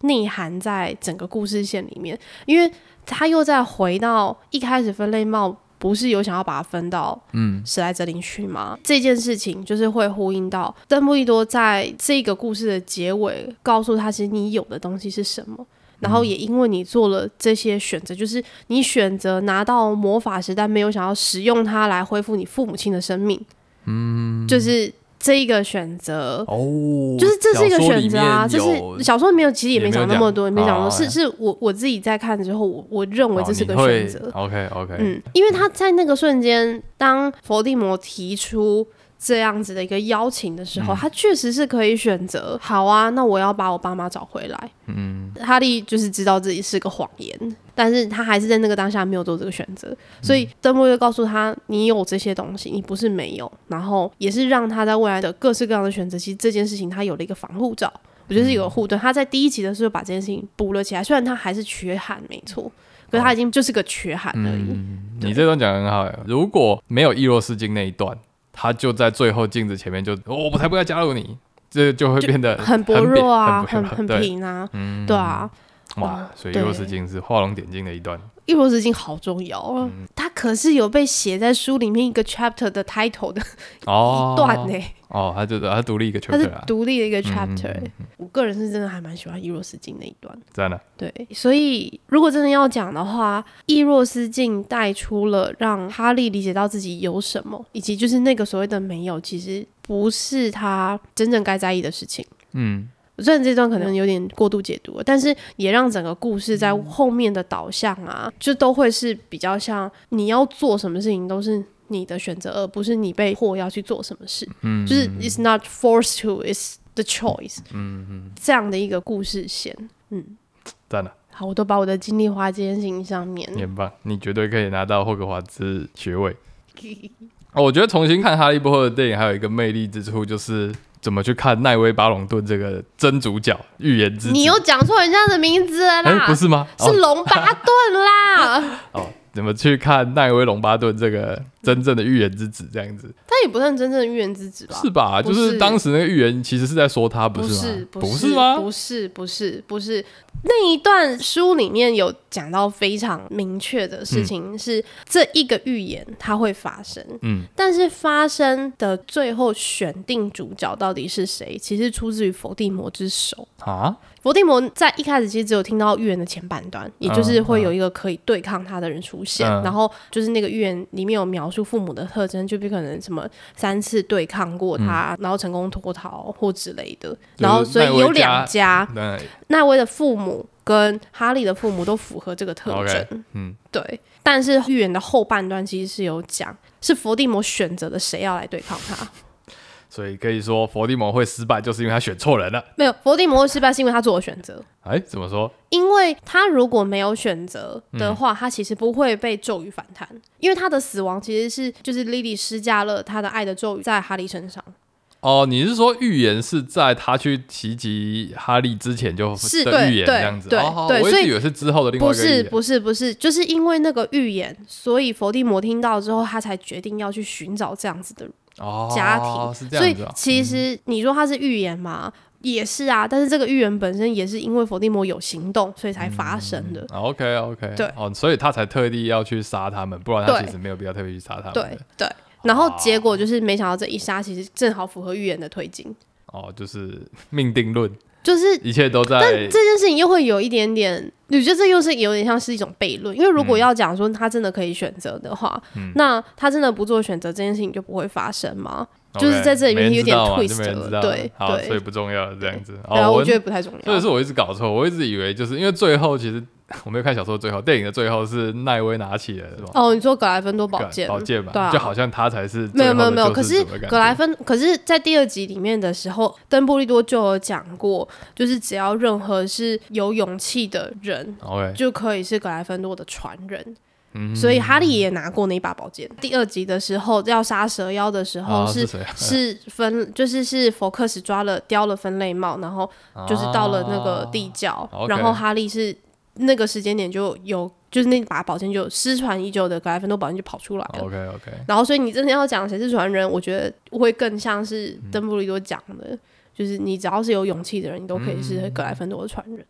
[SPEAKER 1] 内涵在整个故事线里面，因为他又再回到一开始分类帽，不是有想要把它分到
[SPEAKER 2] 嗯
[SPEAKER 1] 史莱哲林去吗？这件事情就是会呼应到邓布利多在这个故事的结尾告诉他，其实你有的东西是什么。然后也因为你做了这些选择，就是你选择拿到魔法石，但没有想要使用它来恢复你父母亲的生命，嗯，就是这一个选择，
[SPEAKER 2] 哦
[SPEAKER 1] 就是这是一个选择啊，这
[SPEAKER 2] 小说里面有
[SPEAKER 1] 是小说没有，其实也没讲那么多，也
[SPEAKER 2] 也没
[SPEAKER 1] 没
[SPEAKER 2] 有讲
[SPEAKER 1] 讲
[SPEAKER 2] 哦
[SPEAKER 1] 多，是是我我自己在看之后，我我认为这是个选择，
[SPEAKER 2] OK OK，
[SPEAKER 1] 嗯，因为他在那个瞬间，当伏地魔提出这样子的一个邀请的时候，他确实是可以选择，好啊，那我要把我爸妈找回来。嗯，哈利就是知道自己是个谎言，但是他还是在那个当下没有做这个选择，所以邓布利多告诉他，你有这些东西，你不是没有，然后也是让他在未来的各式各样的选择，其实这件事情他有了一个防护罩。我觉得是有个护盾，他在第一集的时候把这件事情补了起来，虽然他还是缺憾，没错，可是他已经就是个缺憾而已。
[SPEAKER 2] 你这段讲得很好耶。如果没有伊洛斯镜那一段，他就在最后镜子前面就，哦、我才不要加入你，这就会变得
[SPEAKER 1] 很薄弱啊，
[SPEAKER 2] 很
[SPEAKER 1] 很很
[SPEAKER 2] 对嗯
[SPEAKER 1] 平啊，对啊，
[SPEAKER 2] 哇。所以伊洛斯镜是画龙点睛的一段，
[SPEAKER 1] 一罗斯金好重要啊，
[SPEAKER 2] 嗯
[SPEAKER 1] 它可是有被写在书里面一个 chapter 的 title 的
[SPEAKER 2] 哦
[SPEAKER 1] 一段呢、
[SPEAKER 2] 哦，他就他独立一个
[SPEAKER 1] 它是
[SPEAKER 2] chapter 啊，
[SPEAKER 1] 独立的一个 chapter、欸。
[SPEAKER 2] 嗯
[SPEAKER 1] 我个人是真的还蛮喜欢伊罗斯金那一段，
[SPEAKER 2] 真的、
[SPEAKER 1] 对，所以如果真的要讲的话，伊若斯镜带出了让哈利理解到自己有什么，以及就是那个所谓的没有，其实不是他真正该在意的事情。
[SPEAKER 2] 嗯，
[SPEAKER 1] 虽然这段可能有点过度解读了，但是也让整个故事在后面的导向啊，就都会是比较像你要做什么事情都是你的选择，而不是你被迫要去做什么事。嗯，就是 it's not forced to, it's the choice。嗯嗯，这样的一个故事线。
[SPEAKER 2] 真的，
[SPEAKER 1] 好，我都把我的精力花在这件事情上面。
[SPEAKER 2] 你很棒，你绝对可以拿到霍格华兹学位。哦我觉得重新看《哈利波特》的电影还有一个魅力之处，就是怎么去看奈威·巴隆顿这个真主角预言之子。
[SPEAKER 1] 你又讲错人家的名字了
[SPEAKER 2] 哎、
[SPEAKER 1] 啦，
[SPEAKER 2] 不是吗？
[SPEAKER 1] 是龙巴顿啦。
[SPEAKER 2] 哦哦，怎么去看奈威·隆巴顿这个真正的预言之子这样子，
[SPEAKER 1] 但也不算真正的预言之子吧？
[SPEAKER 2] 是吧？
[SPEAKER 1] 啊不
[SPEAKER 2] 就是是当时那个预言其实是在说他，
[SPEAKER 1] 不啊
[SPEAKER 2] 是吗？
[SPEAKER 1] 不
[SPEAKER 2] 是吗？
[SPEAKER 1] 不是，不是，不是。那一段书里面有讲到非常明确的事情，是这一个预言它会发生，
[SPEAKER 2] 嗯，
[SPEAKER 1] 但是发生的最后选定主角到底是谁，其实出自于伏地魔之手。
[SPEAKER 2] 啊，
[SPEAKER 1] 伏地魔在一开始其实只有听到预言的前半段，也就是会有一个可以对抗他的人出现，
[SPEAKER 2] 嗯
[SPEAKER 1] 然后就是那个预言里面有描述父母的特征，就比可能什么三次对抗过他，然后成功脱逃或之类的，
[SPEAKER 2] 嗯是
[SPEAKER 1] 然后所以有两家，
[SPEAKER 2] 那
[SPEAKER 1] 奈威的父母跟哈利的父母都符合这个特征
[SPEAKER 2] OK，嗯，
[SPEAKER 1] 对。但是预言的后半段其实是有讲，是伏地魔选择了谁要来对抗他，
[SPEAKER 2] 所以可以说伏地魔会失败，就是因为他选错人了。
[SPEAKER 1] 没有伏地魔会失败是因为他做了选择。
[SPEAKER 2] 哎，怎么说？
[SPEAKER 1] 因为他如果没有选择的
[SPEAKER 2] 嗯
[SPEAKER 1] 话，他其实不会被咒语反弹，因为他的死亡其实是就是莉莉施加了他的爱的咒语在哈利身上，
[SPEAKER 2] 哦，你是说预言是在他去袭击哈利之前就是的
[SPEAKER 1] 对
[SPEAKER 2] 预言
[SPEAKER 1] 对
[SPEAKER 2] 这样子？
[SPEAKER 1] 对
[SPEAKER 2] 哦，
[SPEAKER 1] 对
[SPEAKER 2] 我一
[SPEAKER 1] 所以
[SPEAKER 2] 直以为是之后的另外
[SPEAKER 1] 不
[SPEAKER 2] 一个预
[SPEAKER 1] 是
[SPEAKER 2] 言。
[SPEAKER 1] 不是不是，就是因为那个预言，所以伏地魔听到之后，他才决定要去寻找这样子的人
[SPEAKER 2] 哦，
[SPEAKER 1] 家庭，
[SPEAKER 2] 是这
[SPEAKER 1] 所
[SPEAKER 2] 样
[SPEAKER 1] 以
[SPEAKER 2] 子啊。
[SPEAKER 1] 其实你说他是预言嘛，也是啊，但是这个预言本身也是因为伏地魔有行动，所以才发生
[SPEAKER 2] 嗯
[SPEAKER 1] 的。
[SPEAKER 2] OK OK，
[SPEAKER 1] 对
[SPEAKER 2] 哦，所以他才特地要去杀他们，不然他
[SPEAKER 1] 对
[SPEAKER 2] 其实没有必要特别去杀他们。
[SPEAKER 1] 对，对，然
[SPEAKER 2] 哦
[SPEAKER 1] 后结果就是没想到这一杀其实正好符合预言的推进。
[SPEAKER 2] 哦，就是命定论，
[SPEAKER 1] 就是
[SPEAKER 2] 一切都在
[SPEAKER 1] 这件事情又会有一点点，我觉得这又是有点像是一种悖论，因为如果要讲说他真的可以选择的话，那他真的不做选择，这件事情就不会发生吗？就是在这里面有点 twist 了
[SPEAKER 2] 了，
[SPEAKER 1] 对
[SPEAKER 2] 好，
[SPEAKER 1] 对
[SPEAKER 2] 所以不重要了，这样子。
[SPEAKER 1] 然
[SPEAKER 2] 哦，
[SPEAKER 1] 啊后我
[SPEAKER 2] 我
[SPEAKER 1] 觉得不太重
[SPEAKER 2] 这也
[SPEAKER 1] 要
[SPEAKER 2] 是。我一直搞错，我一直以为就是因为最后其实 我没有看小说的最后，电影的最后是奈威拿起了是吧？
[SPEAKER 1] 哦，你说格莱芬多宝剑，
[SPEAKER 2] 宝剑嘛，
[SPEAKER 1] 对啊
[SPEAKER 2] 就好像他才是
[SPEAKER 1] 没有
[SPEAKER 2] 最后的
[SPEAKER 1] 没有没有，
[SPEAKER 2] 救
[SPEAKER 1] 可
[SPEAKER 2] 世
[SPEAKER 1] 是
[SPEAKER 2] 主的感觉
[SPEAKER 1] 格莱芬，可是在第二集里面的时候，邓布利多就有讲过，就是只要任何是有勇气的人，
[SPEAKER 2] OK，
[SPEAKER 1] 就可以是格莱芬多的传人。
[SPEAKER 2] 嗯
[SPEAKER 1] 所以哈利也拿过那一把宝剑。第二集的时候，要杀蛇妖的时候
[SPEAKER 2] 啊
[SPEAKER 1] 是、
[SPEAKER 2] 谁啊？
[SPEAKER 1] 是分，就是是佛克斯抓了叼了分类帽，然后就是到了那个地
[SPEAKER 2] 啊
[SPEAKER 1] 窖，
[SPEAKER 2] OK
[SPEAKER 1] 然后哈利是那个时间点就有，就是那把宝剑就失传已久的格莱芬多宝剑就跑出来了。
[SPEAKER 2] OK OK，
[SPEAKER 1] 然后，所以你真的要讲谁是传人，我觉得会更像是邓布利多讲的，就是你只要是有勇气的人，你都可以是格莱芬多的传人。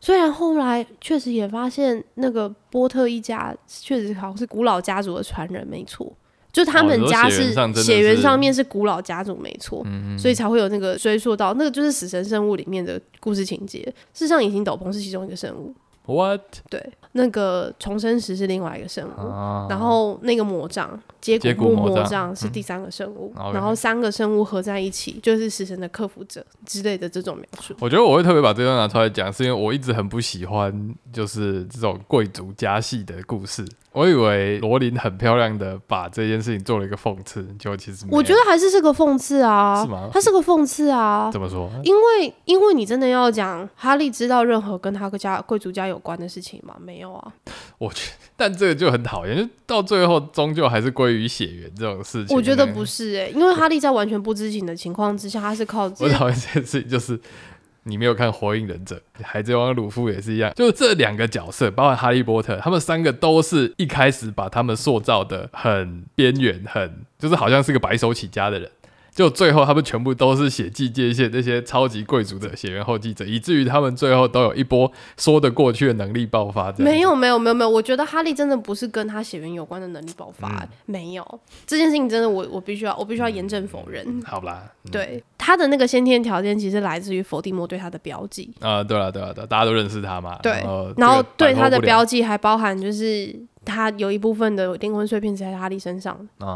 [SPEAKER 1] 虽然后来确实也发现，那个波特一家确实好像是古老家族的传人，没错，就他
[SPEAKER 2] 哦
[SPEAKER 1] 们
[SPEAKER 2] 你说
[SPEAKER 1] 家
[SPEAKER 2] 血缘
[SPEAKER 1] 是
[SPEAKER 2] 上真的
[SPEAKER 1] 血缘
[SPEAKER 2] 是
[SPEAKER 1] 上面是古老家族，没错，嗯所以才会有那个追溯到那个就是死神生物里面的故事情节。事实上，隐形斗篷是其中一个生物，
[SPEAKER 2] What？
[SPEAKER 1] 对，那个重生石是另外一个生物。
[SPEAKER 2] 啊，
[SPEAKER 1] 然后那个魔杖，接骨
[SPEAKER 2] 接骨
[SPEAKER 1] 木
[SPEAKER 2] 魔
[SPEAKER 1] 魔
[SPEAKER 2] 杖嗯
[SPEAKER 1] 杖是第三个生物，
[SPEAKER 2] OK
[SPEAKER 1] 然后三个生物合在一起就是食神的克服者之类的这种描述。
[SPEAKER 2] 我觉得我会特别把这段拿出来讲，是因为我一直很不喜欢就是这种贵族家系的故事。我以为罗琳很漂亮的把这件事情做了一个讽刺，就其实没有
[SPEAKER 1] 我觉得还是是个讽刺啊，
[SPEAKER 2] 是吗
[SPEAKER 1] 它是个讽刺啊，
[SPEAKER 2] 怎么说？
[SPEAKER 1] 因为因为你真的要讲哈利知道任何跟他家贵族家有关的事情吗？没有啊，
[SPEAKER 2] 我去，但这个就很讨厌，就到最后终究还是归于血缘这种事情。
[SPEAKER 1] 我觉得
[SPEAKER 2] 那
[SPEAKER 1] 不是诶、因为哈利在完全不知情的情况之下，他是靠
[SPEAKER 2] 我
[SPEAKER 1] 自
[SPEAKER 2] 讨厌这件事情，就是你没有看《火影忍者》《海贼王》鲁夫也是一样，就是这两个角色，包含哈利波特，他们三个都是一开始把他们塑造的很边缘，很就是好像是个白手起家的人。就最后，他们全部都是血祭界限那些超级贵族的血缘后继者，以至于他们最后都有一波说得过去的能力爆发。这样
[SPEAKER 1] 没有没有没有没有，我觉得哈利真的不是跟他血缘有关的能力爆发、
[SPEAKER 2] 嗯
[SPEAKER 1] 没有这件事情真的我我必须要我必须要严正否认。
[SPEAKER 2] 好啦，嗯
[SPEAKER 1] 对他的那个先天条件，其实来自于伏地魔对他的标记。
[SPEAKER 2] 啊、对了对了对啦，大家都认识他嘛。
[SPEAKER 1] 对，然
[SPEAKER 2] 然
[SPEAKER 1] 后对他的标
[SPEAKER 2] 啊、
[SPEAKER 1] 记还包含就是他有一部分的灵魂碎片是在哈利身上的。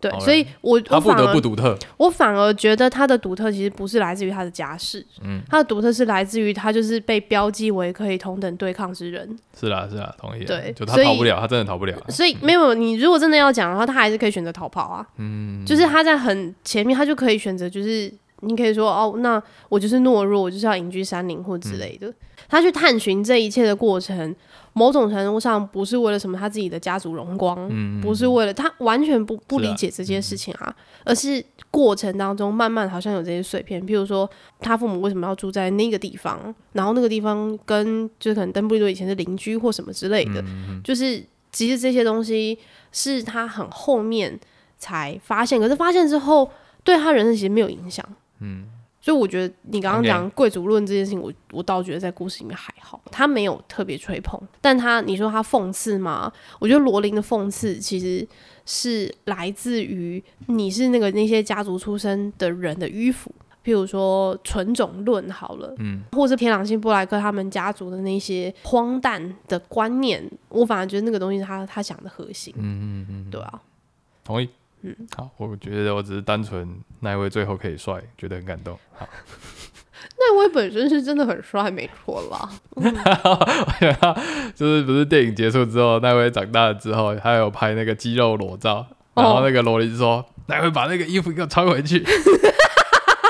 [SPEAKER 1] 对，
[SPEAKER 2] 好嘞
[SPEAKER 1] 所以我
[SPEAKER 2] 啊他
[SPEAKER 1] 我
[SPEAKER 2] 不
[SPEAKER 1] 反
[SPEAKER 2] 得不
[SPEAKER 1] 而
[SPEAKER 2] 独特。
[SPEAKER 1] 我反而觉得他的独特其实不是来自于他的家世，
[SPEAKER 2] 嗯
[SPEAKER 1] 他的独特是来自于他就是被标记为可以同等对抗之人。
[SPEAKER 2] 是啦是啦，同意啦。啊
[SPEAKER 1] 对
[SPEAKER 2] 就他
[SPEAKER 1] 所以嗯
[SPEAKER 2] 逃不了，他真的逃不了啊。
[SPEAKER 1] 所以没有你，如果真的要讲的话，他还是可以选择逃跑啊。嗯，就是他在很前面，他就可以选择，就是你可以说哦，那我就是懦弱，我就是要隐居山林或之类的。他去探寻这一切的过程，某种程度上不是为了什么他自己的家族荣光，不是为了他完全不不
[SPEAKER 2] 是啊
[SPEAKER 1] 理解这些事情啊，而嗯是过程当中慢慢好像有这些碎片，譬如说他父母为什么要住在那个地方，然后那个地方嗯跟就是可能邓布利多以前是邻居或什么之类的，就是其实这些东西是他很后面才发现，可是发现之后对他人生其实没有影响。
[SPEAKER 2] 嗯，
[SPEAKER 1] 所以我觉得你刚刚
[SPEAKER 2] OK
[SPEAKER 1] 讲贵族论这件事情，我我倒觉得在故事里面还好，他没有特别吹捧，但他你说他讽刺吗？我觉得罗琳的讽刺其实是来自于你是那个那些家族出身的人的迂腐，譬如说纯种论好了，
[SPEAKER 2] 嗯，
[SPEAKER 1] 或是天狼星布莱克他们家族的那些荒诞的观念，我反而觉得那个东西是他他讲的核心，
[SPEAKER 2] 嗯嗯嗯，
[SPEAKER 1] 对啊，
[SPEAKER 2] 同意。嗯，好，我觉得我只是单纯那一位最后可以帅，觉得很感动。 好，
[SPEAKER 1] 那我本身是真的很帅，没错啦。
[SPEAKER 2] 就是不是电影结束之后，那位长大了之后，他有拍那个肌肉裸照，
[SPEAKER 1] 哦
[SPEAKER 2] 然后那个罗琳说：“那位把那个衣服给我穿回去。”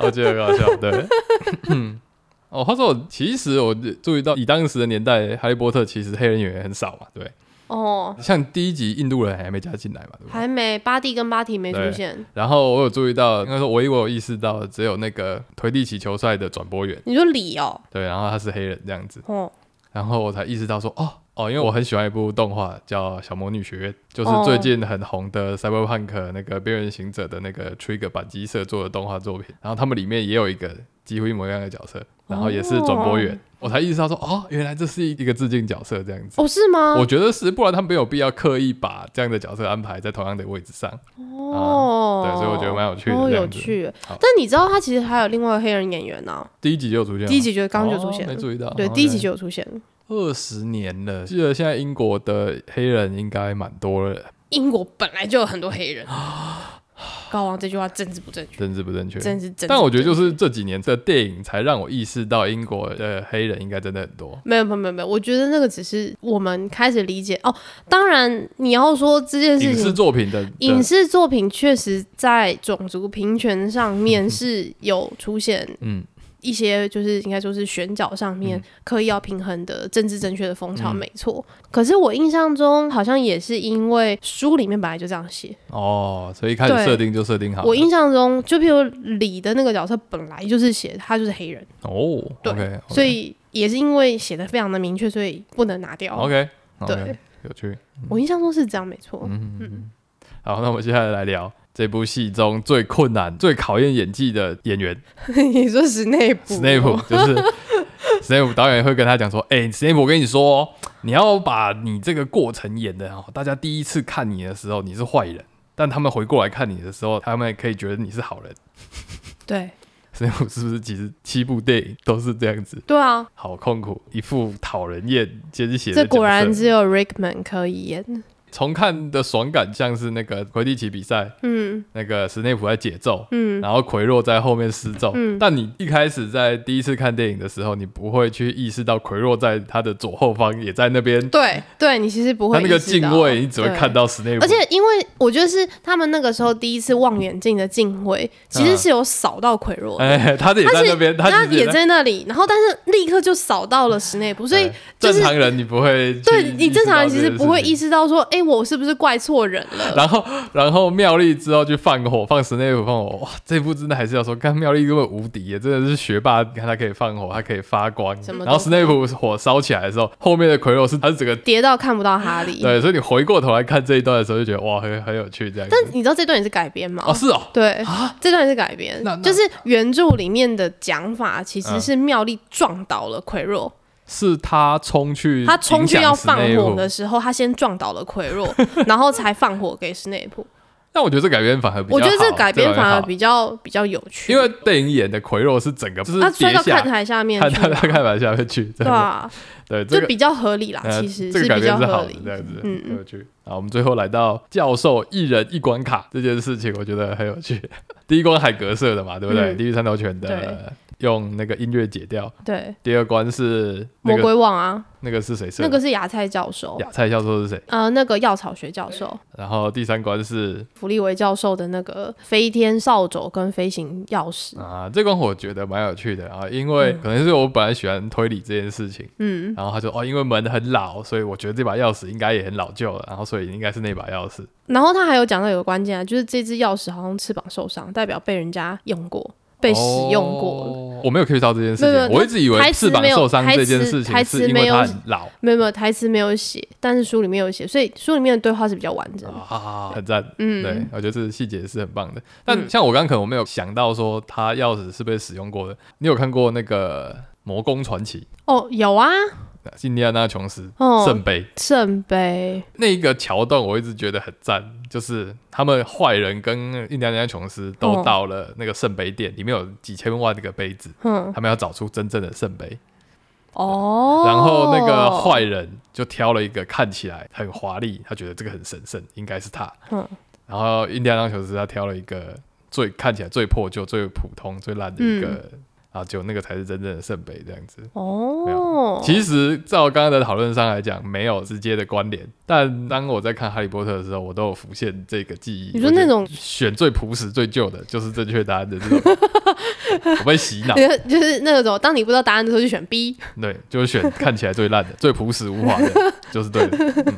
[SPEAKER 2] 我觉得很好笑，对。 哦，话说我其实我注意到，以当时的年代，哈利波特其实黑人演员很少嘛，对不对。
[SPEAKER 1] 哦，
[SPEAKER 2] 像第一集印度人还没加进来嘛，对不对？
[SPEAKER 1] 还没，巴蒂跟巴提没出
[SPEAKER 2] 对
[SPEAKER 1] 现。
[SPEAKER 2] 然后我有注意到，应该说唯一我有意识到，只有那个魁地奇球赛的转播员，
[SPEAKER 1] 你说李哦，
[SPEAKER 2] 对，然后他是黑人这样子。
[SPEAKER 1] 哦，
[SPEAKER 2] 然后我才意识到说，哦哦，因为我很喜欢一部动画叫《小魔女学院》，就是
[SPEAKER 1] 哦
[SPEAKER 2] 最近很红的《Cyberpunk》那个《边缘行者》的那个 Trigger 板机社做的动画作品，然后他们里面也有一个几乎一模一样的角色，然后也是转播员，
[SPEAKER 1] 哦
[SPEAKER 2] 我才意识到说，哦，原来这是一个致敬角色这样子。
[SPEAKER 1] 哦是吗？
[SPEAKER 2] 我觉得是，不然他们没有必要刻意把这样的角色安排在同样的位置上。
[SPEAKER 1] 哦、
[SPEAKER 2] 啊对所以我觉得蛮有趣的
[SPEAKER 1] 哦，
[SPEAKER 2] 这样
[SPEAKER 1] 有
[SPEAKER 2] 子
[SPEAKER 1] 趣。
[SPEAKER 2] 好
[SPEAKER 1] 但你知道他其实还有另外一个黑人演员呢、啊
[SPEAKER 2] 第一集就有出现吗，
[SPEAKER 1] 第一集就刚就出现
[SPEAKER 2] 哦
[SPEAKER 1] 了
[SPEAKER 2] 没注意到。
[SPEAKER 1] 对，第一集就有出现了。
[SPEAKER 2] 二十年了，记得现在英国的黑人应该蛮多了，
[SPEAKER 1] 英国本来就有很多黑 人。高王这句话政治不正确，
[SPEAKER 2] 政治不正确。
[SPEAKER 1] 真是政治不正确。
[SPEAKER 2] 但我觉得就是这几年的电影才让我意识到英国的黑人应该真的很多。
[SPEAKER 1] 没有没有没有没有，我觉得那个只是我们开始理解哦。当然，你要说这件
[SPEAKER 2] 影
[SPEAKER 1] 事
[SPEAKER 2] 视
[SPEAKER 1] 情，
[SPEAKER 2] 作品的
[SPEAKER 1] 影
[SPEAKER 2] 的
[SPEAKER 1] 视作品确实在种族平权上面是有出现
[SPEAKER 2] 嗯
[SPEAKER 1] 一些就是应该说是选角上面
[SPEAKER 2] 嗯
[SPEAKER 1] 刻意要平衡的政治正确的风潮，
[SPEAKER 2] 嗯
[SPEAKER 1] 没错。可是我印象中好像也是因为书里面本来就这样写，
[SPEAKER 2] 哦，所以一开始
[SPEAKER 1] 对
[SPEAKER 2] 设定就设定好了。
[SPEAKER 1] 我印象中就譬如李的那个角色本来就是写他就是黑人，
[SPEAKER 2] 哦
[SPEAKER 1] 对
[SPEAKER 2] ，OK，
[SPEAKER 1] 所以也是因为写的非常的明确，所以不能拿掉。
[SPEAKER 2] OK，
[SPEAKER 1] 对，哦
[SPEAKER 2] 有趣。
[SPEAKER 1] 我印象中是这样，没错。
[SPEAKER 2] 嗯嗯嗯。好，那我们接下来来聊这部戏中最困难、最考验演技的演员
[SPEAKER 1] 你说史内普，
[SPEAKER 2] Snape，就是 Snape 导演会跟他讲说：“哎、s n a p e 我跟你说哦，你要把你这个过程演的哦，大家第一次看你的时候你是坏人，但他们回过来看你的时候，他们可以觉得你是好人。”
[SPEAKER 1] 对
[SPEAKER 2] 所以我是不是其实七部电影都是这样子，
[SPEAKER 1] 对啊，
[SPEAKER 2] 好痛苦，一副讨人厌、奸邪的
[SPEAKER 1] 这果然
[SPEAKER 2] 角色
[SPEAKER 1] 只有 Rickman 可以演。
[SPEAKER 2] 重看的爽感像是那个魁地奇比赛，
[SPEAKER 1] 嗯
[SPEAKER 2] 那个史内普在解咒，
[SPEAKER 1] 嗯，
[SPEAKER 2] 然后奎若在后面施咒。
[SPEAKER 1] 嗯
[SPEAKER 2] 但你一开始在第一次看电影的时候，你不会去意识到奎若在他的左后方也在那边，
[SPEAKER 1] 对对，你其实不
[SPEAKER 2] 他
[SPEAKER 1] 会
[SPEAKER 2] 那个
[SPEAKER 1] 意识
[SPEAKER 2] 敬
[SPEAKER 1] 到
[SPEAKER 2] 畏，你只会
[SPEAKER 1] 对
[SPEAKER 2] 看到史内普。
[SPEAKER 1] 而且，因为我觉得是他们那个时候第一次望远镜的镜位，其实是有扫到奎若的，
[SPEAKER 2] 哎，他也在那边，
[SPEAKER 1] 他
[SPEAKER 2] 他其实
[SPEAKER 1] 也在那里，然后但是立刻就扫到了史内普，所以
[SPEAKER 2] 哎
[SPEAKER 1] 就是
[SPEAKER 2] 正常人你不会去
[SPEAKER 1] 对你
[SPEAKER 2] 意识
[SPEAKER 1] 正常
[SPEAKER 2] 到
[SPEAKER 1] 人其
[SPEAKER 2] 这
[SPEAKER 1] 实
[SPEAKER 2] 件
[SPEAKER 1] 不
[SPEAKER 2] 事
[SPEAKER 1] 会
[SPEAKER 2] 情
[SPEAKER 1] 意识到说，哎，我是不是怪错人了？
[SPEAKER 2] 然后，然后妙丽之后去放火，放史内普放火，哇！这部真的还是要说，看妙丽根本无敌耶，真的是学霸。你看她可以放火，她可以发光
[SPEAKER 1] 什。么嗯
[SPEAKER 2] 然后
[SPEAKER 1] 都
[SPEAKER 2] 史内普火烧起来的时候，后面的奎若是他是整个
[SPEAKER 1] 跌到看不到哈利。
[SPEAKER 2] 对，所以你回过头来看这一段的时候，就觉得哇，很很有趣这样子。
[SPEAKER 1] 但你知道这段也是改编吗？
[SPEAKER 2] 哦，是哦，
[SPEAKER 1] 对，这段也是改编
[SPEAKER 2] 那那，
[SPEAKER 1] 就是原著里面的讲法其实
[SPEAKER 2] 嗯
[SPEAKER 1] 是妙丽撞倒了奎若，
[SPEAKER 2] 是他冲去，
[SPEAKER 1] 他冲去要放火的。时候，他先撞倒了奎若， 然后才放火给史内普。
[SPEAKER 2] 但我觉得这改编反而 比较
[SPEAKER 1] 我觉得这
[SPEAKER 2] 好
[SPEAKER 1] 改编反而。
[SPEAKER 2] 好
[SPEAKER 1] 比较比较有趣，啊
[SPEAKER 2] 因为电影演的奎若是整个就是
[SPEAKER 1] 他摔
[SPEAKER 2] 跌
[SPEAKER 1] 到
[SPEAKER 2] 下，
[SPEAKER 1] 看台下面
[SPEAKER 2] 看
[SPEAKER 1] 去
[SPEAKER 2] 他
[SPEAKER 1] 了，
[SPEAKER 2] 他看完下面去，
[SPEAKER 1] 对
[SPEAKER 2] 对
[SPEAKER 1] 啊，
[SPEAKER 2] 对，这
[SPEAKER 1] 就
[SPEAKER 2] 个
[SPEAKER 1] 比较合理啦，
[SPEAKER 2] 呃
[SPEAKER 1] 啊其实
[SPEAKER 2] 这
[SPEAKER 1] 是
[SPEAKER 2] 个改
[SPEAKER 1] 比
[SPEAKER 2] 编
[SPEAKER 1] 较
[SPEAKER 2] 是好
[SPEAKER 1] 合
[SPEAKER 2] 的
[SPEAKER 1] 理，
[SPEAKER 2] 这样子，
[SPEAKER 1] 嗯
[SPEAKER 2] 很有趣。好，我们最后来到教授一人一关卡这件事情，我觉得很有趣。 第一关海格色的嘛，对不对？
[SPEAKER 1] 嗯
[SPEAKER 2] 地狱三头犬的
[SPEAKER 1] 对
[SPEAKER 2] 用那个音乐解掉。
[SPEAKER 1] 对。
[SPEAKER 2] 第二关是那
[SPEAKER 1] 魔
[SPEAKER 2] 个
[SPEAKER 1] 鬼网啊，
[SPEAKER 2] 那个是谁设
[SPEAKER 1] 那
[SPEAKER 2] 的？
[SPEAKER 1] 个是芽菜教授，
[SPEAKER 2] 亚菜教授是谁？
[SPEAKER 1] 呃，那个药草学教授，
[SPEAKER 2] 然后第三关是
[SPEAKER 1] 弗利维教授的那个飞天扫帚跟飞行钥匙，
[SPEAKER 2] 啊，这关我觉得蛮有趣的啊，因为可能是我本来喜欢推理这件事情，
[SPEAKER 1] 嗯，
[SPEAKER 2] 然后他就哦，因为门很老，所以我觉得这把钥匙应该也很老旧了，然后所以应该是那把钥匙。
[SPEAKER 1] 然后他还有讲到有个关键啊，就是这只钥匙好像翅膀受伤，代表被人家用过，被使用过了。
[SPEAKER 2] 哦我没有 Q 到这件事
[SPEAKER 1] 没有
[SPEAKER 2] 情，
[SPEAKER 1] 没有
[SPEAKER 2] 我一直以
[SPEAKER 1] 台
[SPEAKER 2] 为
[SPEAKER 1] 词
[SPEAKER 2] 翅膀
[SPEAKER 1] 没有
[SPEAKER 2] 受伤
[SPEAKER 1] 台
[SPEAKER 2] 这件
[SPEAKER 1] 词
[SPEAKER 2] 事情
[SPEAKER 1] 台词
[SPEAKER 2] 是因
[SPEAKER 1] 没
[SPEAKER 2] 为
[SPEAKER 1] 有
[SPEAKER 2] 他很老
[SPEAKER 1] 没有没有台词没有写，但是书里面有写，所以书里面的对话是比较完整的。
[SPEAKER 2] 啊，很赞。
[SPEAKER 1] 嗯，
[SPEAKER 2] 对，我觉得这细节是很棒的。但
[SPEAKER 1] 嗯
[SPEAKER 2] 像我刚刚可能我没有想到说它钥匙是被使用过的。你有看过那个《魔宫传奇
[SPEAKER 1] 哦，有啊，》
[SPEAKER 2] 印第安纳琼斯
[SPEAKER 1] 哦
[SPEAKER 2] 圣杯、
[SPEAKER 1] 圣杯，
[SPEAKER 2] 那一个桥段，我一直觉得很赞，就是他们坏人跟印第安纳琼斯
[SPEAKER 1] 哦
[SPEAKER 2] 都到了那个圣杯店，里面有几千万个杯子，
[SPEAKER 1] 嗯，
[SPEAKER 2] 他们要找出真正的圣杯。
[SPEAKER 1] 哦，
[SPEAKER 2] 然后那个坏人就挑了一个看起来很华丽，他觉得这个很神圣，应该是他。
[SPEAKER 1] 嗯
[SPEAKER 2] 然后印第安纳琼斯他挑了一个最看起来最破旧、最普通、最烂的一个，
[SPEAKER 1] 嗯
[SPEAKER 2] 然后结果那个才是真正的圣杯这样子。没
[SPEAKER 1] 哦，
[SPEAKER 2] 其实照刚刚的讨论上来讲，没有直接的关联，但当我在看《哈利波特》的时候，我都有浮现这个记忆。
[SPEAKER 1] 你说那种
[SPEAKER 2] 我觉得选最朴实、最旧的，就是正确答案的这种， 我被洗脑。
[SPEAKER 1] 就是就是那种，当你不知道答案的时候就选 B。
[SPEAKER 2] 对，就是 选看起来最烂的、最朴实无华的， 就是对的。嗯、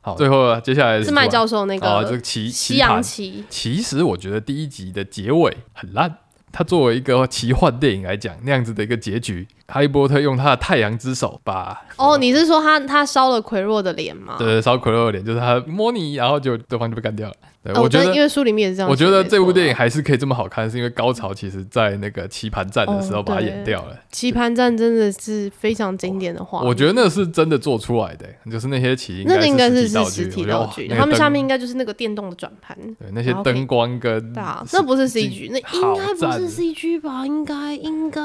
[SPEAKER 2] 好，最后接下来
[SPEAKER 1] 是麦
[SPEAKER 2] 主
[SPEAKER 1] 教授那
[SPEAKER 2] 管哦，这
[SPEAKER 1] 个
[SPEAKER 2] 个棋
[SPEAKER 1] 西
[SPEAKER 2] 棋
[SPEAKER 1] 洋
[SPEAKER 2] 盘。
[SPEAKER 1] 棋，
[SPEAKER 2] 其实我觉得第一集的结尾很烂。它作为一个奇幻电影来讲，那样子的一个结局，哈利波特用他的太阳之手把
[SPEAKER 1] 哦，你是说他他烧了奎若的脸吗？
[SPEAKER 2] 对烧可乐的脸，就是他摸你，然后就对方就被干掉了。对，
[SPEAKER 1] 哦，
[SPEAKER 2] 我觉
[SPEAKER 1] 但因
[SPEAKER 2] 得。
[SPEAKER 1] 为书里面也是这样
[SPEAKER 2] 我
[SPEAKER 1] 写
[SPEAKER 2] 觉
[SPEAKER 1] 没错啦。
[SPEAKER 2] 得这部电影还是可以这么好看，是因为高潮其实在那个棋盘战的时候
[SPEAKER 1] 哦
[SPEAKER 2] 把它演
[SPEAKER 1] 对
[SPEAKER 2] 掉了。
[SPEAKER 1] 棋盘战真的是非常经典的画面。
[SPEAKER 2] 我觉得那是真的做出来的、欸就是那些棋
[SPEAKER 1] 那个应该是
[SPEAKER 2] 是实体
[SPEAKER 1] 是
[SPEAKER 2] 道具
[SPEAKER 1] 实体
[SPEAKER 2] 我觉得
[SPEAKER 1] 道
[SPEAKER 2] 哇
[SPEAKER 1] 具，
[SPEAKER 2] 那个
[SPEAKER 1] 他们
[SPEAKER 2] 灯
[SPEAKER 1] 下面应该就是那个电动的转盘。
[SPEAKER 2] 对那些
[SPEAKER 1] 然后可以
[SPEAKER 2] 灯光跟
[SPEAKER 1] 对啊，那不是
[SPEAKER 2] 是
[SPEAKER 1] CG，那
[SPEAKER 2] 嗯好
[SPEAKER 1] 应该不
[SPEAKER 2] 赞
[SPEAKER 1] 是 CG 吧？应该应该，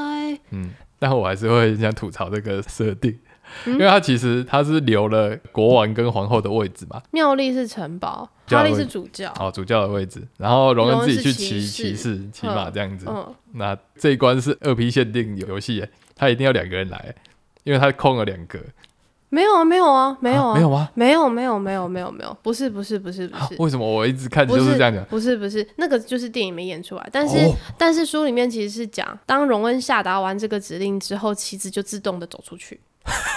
[SPEAKER 2] 嗯，但我还是会想吐槽这个设定，
[SPEAKER 1] 嗯
[SPEAKER 2] 因为它其实它是留了国王跟皇后的位置嘛，
[SPEAKER 1] 妙丽是城堡，
[SPEAKER 2] 教
[SPEAKER 1] 哈
[SPEAKER 2] 会
[SPEAKER 1] 利是主教。
[SPEAKER 2] 哦，主教的位置，然后荣
[SPEAKER 1] 嗯荣
[SPEAKER 2] 恩
[SPEAKER 1] 恩
[SPEAKER 2] 自
[SPEAKER 1] 是
[SPEAKER 2] 己去骑骑
[SPEAKER 1] 骑士
[SPEAKER 2] 士骑马
[SPEAKER 1] 嗯
[SPEAKER 2] 这样子。
[SPEAKER 1] 嗯，
[SPEAKER 2] 那这一关是二 P 限定游戏耶，他一定要两个人来耶，因为他空了两格，
[SPEAKER 1] 没有啊，没有啊，没有
[SPEAKER 2] 啊
[SPEAKER 1] 啊，
[SPEAKER 2] 没有吗？
[SPEAKER 1] 没有，没有，没有，没有，没有，不是，不是，不是，不
[SPEAKER 2] 啊
[SPEAKER 1] 是。
[SPEAKER 2] 为什么我一直 看就
[SPEAKER 1] 不
[SPEAKER 2] 是这样讲？
[SPEAKER 1] 不是不是，那个就是电影没演出来，但是、
[SPEAKER 2] 哦
[SPEAKER 1] 但是书里面其实是讲，当荣恩下达完这个指令之后，棋子就自动的走出去，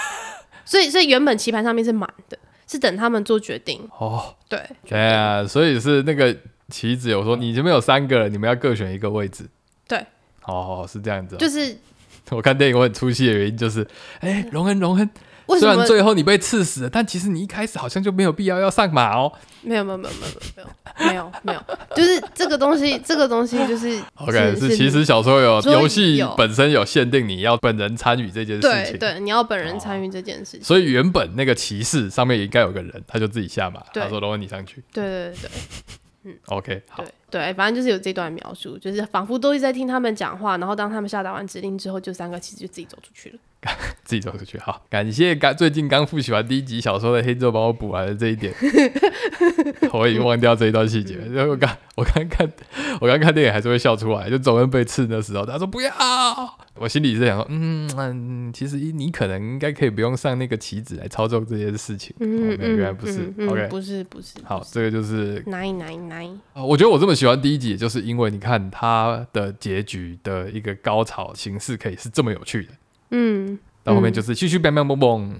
[SPEAKER 1] 所以所以原本棋盘上面是满的，是等他们做决定，
[SPEAKER 2] 哦，
[SPEAKER 1] 对，
[SPEAKER 2] 哎呀，所以是那个棋子有说，你这边有三个人，你们要各选一个位置。
[SPEAKER 1] 对，
[SPEAKER 2] 哦，是这样子哦、
[SPEAKER 1] 就是
[SPEAKER 2] 我看电影我很出戏的原因就是，哎、荣恩，荣恩，
[SPEAKER 1] 为什
[SPEAKER 2] 虽
[SPEAKER 1] 么
[SPEAKER 2] 然最后你被刺死了，但其实你一开始好像就没有必要要上马哦。
[SPEAKER 1] 没有没有没有没有没有没有没有，就是这个东西这个东西就是
[SPEAKER 2] OK，
[SPEAKER 1] 哦是
[SPEAKER 2] 是其实小说有
[SPEAKER 1] 桌游
[SPEAKER 2] 游戏本身有限定你要本人参与这件事
[SPEAKER 1] 对
[SPEAKER 2] 情，，
[SPEAKER 1] 对，你要本
[SPEAKER 2] 哦
[SPEAKER 1] 人参与这件事情，
[SPEAKER 2] 所以原本那个骑士上面应该有个人，他就自己下马，
[SPEAKER 1] 对
[SPEAKER 2] 他说荣恩你上去
[SPEAKER 1] 对对对对。
[SPEAKER 2] ，OK，好
[SPEAKER 1] 对，对，哎反正就是有这段描述，就是仿佛都一直在听他们讲话，然后当他们下达完指令之后，就三个棋子就自己走出去了。
[SPEAKER 2] 自己走出去。好，感谢刚最近刚复习完第一集小说的黑昼帮我补完了这一 点，我已经忘掉这一段细节了。因为我刚我刚看我刚看电影还是会笑出来，就总恩被刺的时候，他说不要，我心里是想说，嗯嗯，其实你可能应该可以不用上那个棋子来操纵这件事情。
[SPEAKER 1] 嗯
[SPEAKER 2] 哦，没有原来不是
[SPEAKER 1] 嗯嗯
[SPEAKER 2] OK
[SPEAKER 1] 不是不是，
[SPEAKER 2] 好，这个就是
[SPEAKER 1] 奶奶奶，
[SPEAKER 2] 啊，我觉得我这么喜欢第一集，也就是因为你看它的结局的一个高潮形式可以是这么有趣的，
[SPEAKER 1] 嗯，
[SPEAKER 2] 到后面就是咻咻 bang bang boom boom。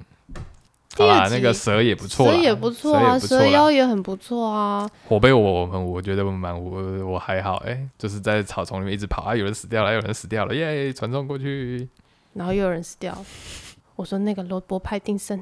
[SPEAKER 1] 第
[SPEAKER 2] 好
[SPEAKER 1] 二
[SPEAKER 2] 啦，
[SPEAKER 1] 集
[SPEAKER 2] 那个蛇也不错啦，
[SPEAKER 1] 蛇也不错啊，
[SPEAKER 2] 蛇
[SPEAKER 1] 蛇
[SPEAKER 2] 也不错
[SPEAKER 1] 妖
[SPEAKER 2] 啦。
[SPEAKER 1] 也很不错啊，
[SPEAKER 2] 我被我我们我觉得我蛮我我还好，哎、就是在草丛里面一直跑啊，有人死掉了，有人死掉了，耶，传送过去，
[SPEAKER 1] 然后又有人死掉了。我说那个罗伯派丁森，